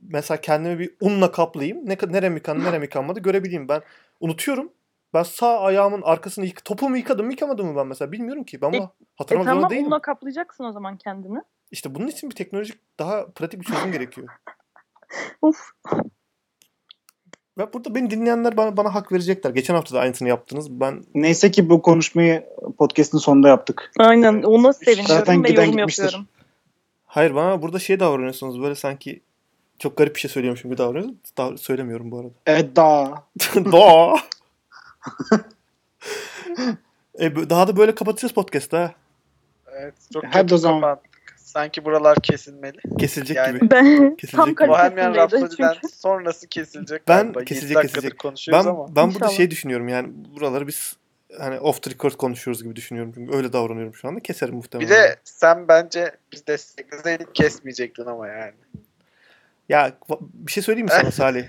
Speaker 1: Mesela kendimi bir unla kaplayayım. Ne ka- nerem yıkandı, nerem yıkanmadı görebileyim ben. Unutuyorum. Ben sağ ayağımın arkasını yık topumu yıkadım mı yıkamadım mı ben mesela bilmiyorum ki. Ben
Speaker 3: E-
Speaker 1: bunu
Speaker 3: E
Speaker 1: hatırlamak zorunda
Speaker 3: tamam
Speaker 1: değilim.
Speaker 3: bununla kaplayacaksın o zaman kendini.
Speaker 1: İşte bunun için bir teknolojik daha pratik bir çözüm gerekiyor.
Speaker 3: Uf.
Speaker 1: Ve burada beni dinleyenler bana, bana hak verecekler. Geçen hafta da aynısını yaptınız. Ben
Speaker 2: Neyse ki bu konuşmayı podcast'in sonunda yaptık.
Speaker 3: Aynen
Speaker 4: Evet.
Speaker 3: ona
Speaker 2: Zaten
Speaker 3: seviniyorum ve
Speaker 2: giden
Speaker 3: yorum
Speaker 2: gitmiştir.
Speaker 3: yapıyorum.
Speaker 1: hayır bana burada şey davranıyorsunuz böyle sanki çok garip bir şey söylüyormuşum gibi davranıyorsunuz. Dav- söylemiyorum bu arada.
Speaker 2: Evet daha.
Speaker 1: Doğa. e, bu- daha da böyle kapatacağız podcast'ı ha.
Speaker 4: evet, çok
Speaker 2: Hadi
Speaker 4: kötü
Speaker 2: o zaman.
Speaker 4: kapandık. Sanki buralar kesilmeli.
Speaker 1: Kesilecek
Speaker 4: Yani-
Speaker 1: gibi.
Speaker 3: Ben
Speaker 1: Kesilecek
Speaker 3: tam
Speaker 1: mi?
Speaker 4: Bohemian
Speaker 3: kalitesindeydi
Speaker 4: Rhapsody'den
Speaker 3: çünkü.
Speaker 4: sonrası kesilecek.
Speaker 1: Ben
Speaker 4: galiba. Yedi
Speaker 1: kesecek,
Speaker 4: dakikadır
Speaker 1: kesecek.
Speaker 4: Konuşuyoruz
Speaker 1: Ben
Speaker 4: ama.
Speaker 1: ben burada
Speaker 3: İnşallah.
Speaker 1: şey düşünüyorum yani buraları biz hani off the record konuşuyoruz gibi düşünüyorum. Çünkü öyle davranıyorum şu anda. Keserim muhtemelen.
Speaker 4: Bir de sen bence biz destekleseydin kesmeyecektin ama yani.
Speaker 1: Ya va- bir şey söyleyeyim mi sana Salih?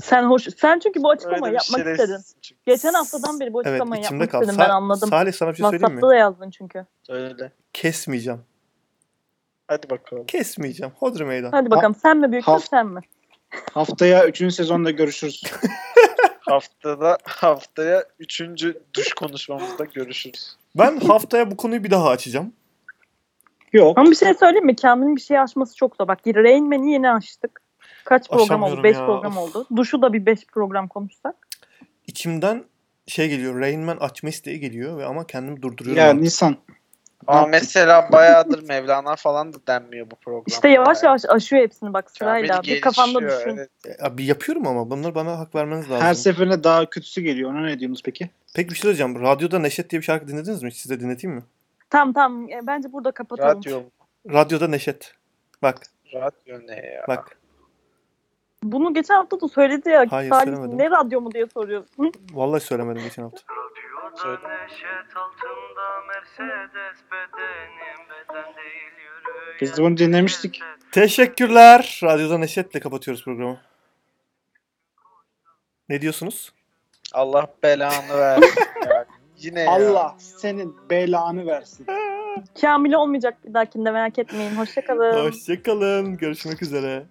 Speaker 3: Sen hoş sen çünkü bu
Speaker 4: Öyle
Speaker 3: açıklamayı
Speaker 4: bir şey
Speaker 3: yapmak
Speaker 4: şeyler
Speaker 3: istedin.
Speaker 4: çünkü.
Speaker 3: Geçen haftadan beri bu
Speaker 1: evet
Speaker 3: açıklamayı
Speaker 1: içimde
Speaker 3: yapmak
Speaker 1: kaldı.
Speaker 3: istedim ben
Speaker 1: Sa-
Speaker 3: anladım.
Speaker 1: Salih sana bir şey söyleyeyim mi?
Speaker 3: WhatsApp'ta da yazdın çünkü.
Speaker 4: Öyle.
Speaker 1: Kesmeyeceğim.
Speaker 4: Hadi bakalım.
Speaker 1: Kesmeyeceğim. Hodri meydan.
Speaker 3: Hadi bakalım sen mi büyüksün
Speaker 2: Haft-
Speaker 3: sen mi?
Speaker 2: Haftaya 3. sezonda görüşürüz.
Speaker 4: Haftada haftaya üçüncü duş konuşmamızda görüşürüz.
Speaker 1: Ben haftaya bu konuyu bir daha açacağım.
Speaker 2: Yok.
Speaker 3: Ama bir şey söyleyeyim mi? Kamil'in bir şey aşması çok da bak. Rain Man'i yeni açtık. Kaç program
Speaker 1: Aşamıyorum
Speaker 3: oldu? 5
Speaker 1: ya,
Speaker 3: program
Speaker 1: of.
Speaker 3: oldu. Duşu da bir 5 program konuşsak.
Speaker 1: İçimden şey geliyor. Rain Man açma isteği geliyor ve ama kendimi durduruyorum.
Speaker 2: Ya
Speaker 1: artık.
Speaker 2: Nisan.
Speaker 4: Ama mesela bayağıdır Mevlana falan da denmiyor bu programda.
Speaker 3: İşte yavaş
Speaker 4: yani.
Speaker 3: yavaş aşıyor hepsini bak
Speaker 4: Kamil
Speaker 3: sırayla. Bir kafanda
Speaker 4: gelişiyor,
Speaker 3: düşün.
Speaker 4: evet.
Speaker 1: E, Ya bir yapıyorum ama bunları bana hak vermeniz lazım.
Speaker 2: Her seferinde daha kötüsü geliyor. Ona ne diyorsunuz peki?
Speaker 1: Pek bir şey söyleyeceğim. Radyoda Neşet diye bir şarkı dinlediniz mi? Hiç Size dinleteyim mi?
Speaker 3: Tamam tamam. E, Bence burada kapatalım.
Speaker 4: Radyo,
Speaker 1: Radyoda Neşet. Bak
Speaker 4: radyo ne ya?
Speaker 1: bak.
Speaker 3: Bunu geçen hafta da söyledi ya.
Speaker 1: Hayır,
Speaker 3: Salih,
Speaker 1: söylemedim.
Speaker 3: ne radyo mu diye soruyor. Hı?
Speaker 1: Vallahi söylemedim geçen hafta.
Speaker 4: Söyle.
Speaker 5: Radyoda neşet altında Mercedes bedenim beden değil yürüyen
Speaker 2: Biz de bunu dinlemiştik.
Speaker 1: Teşekkürler. Radyoda Neşet'le kapatıyoruz programı. Ne diyorsunuz?
Speaker 4: Allah belanı versin. ya. Yine ya.
Speaker 3: Ee,
Speaker 2: Allah senin belanı versin.
Speaker 3: Kamil olmayacak bir dahakinde merak etmeyin. Hoşçakalın.
Speaker 1: Hoşçakalın. Görüşmek üzere.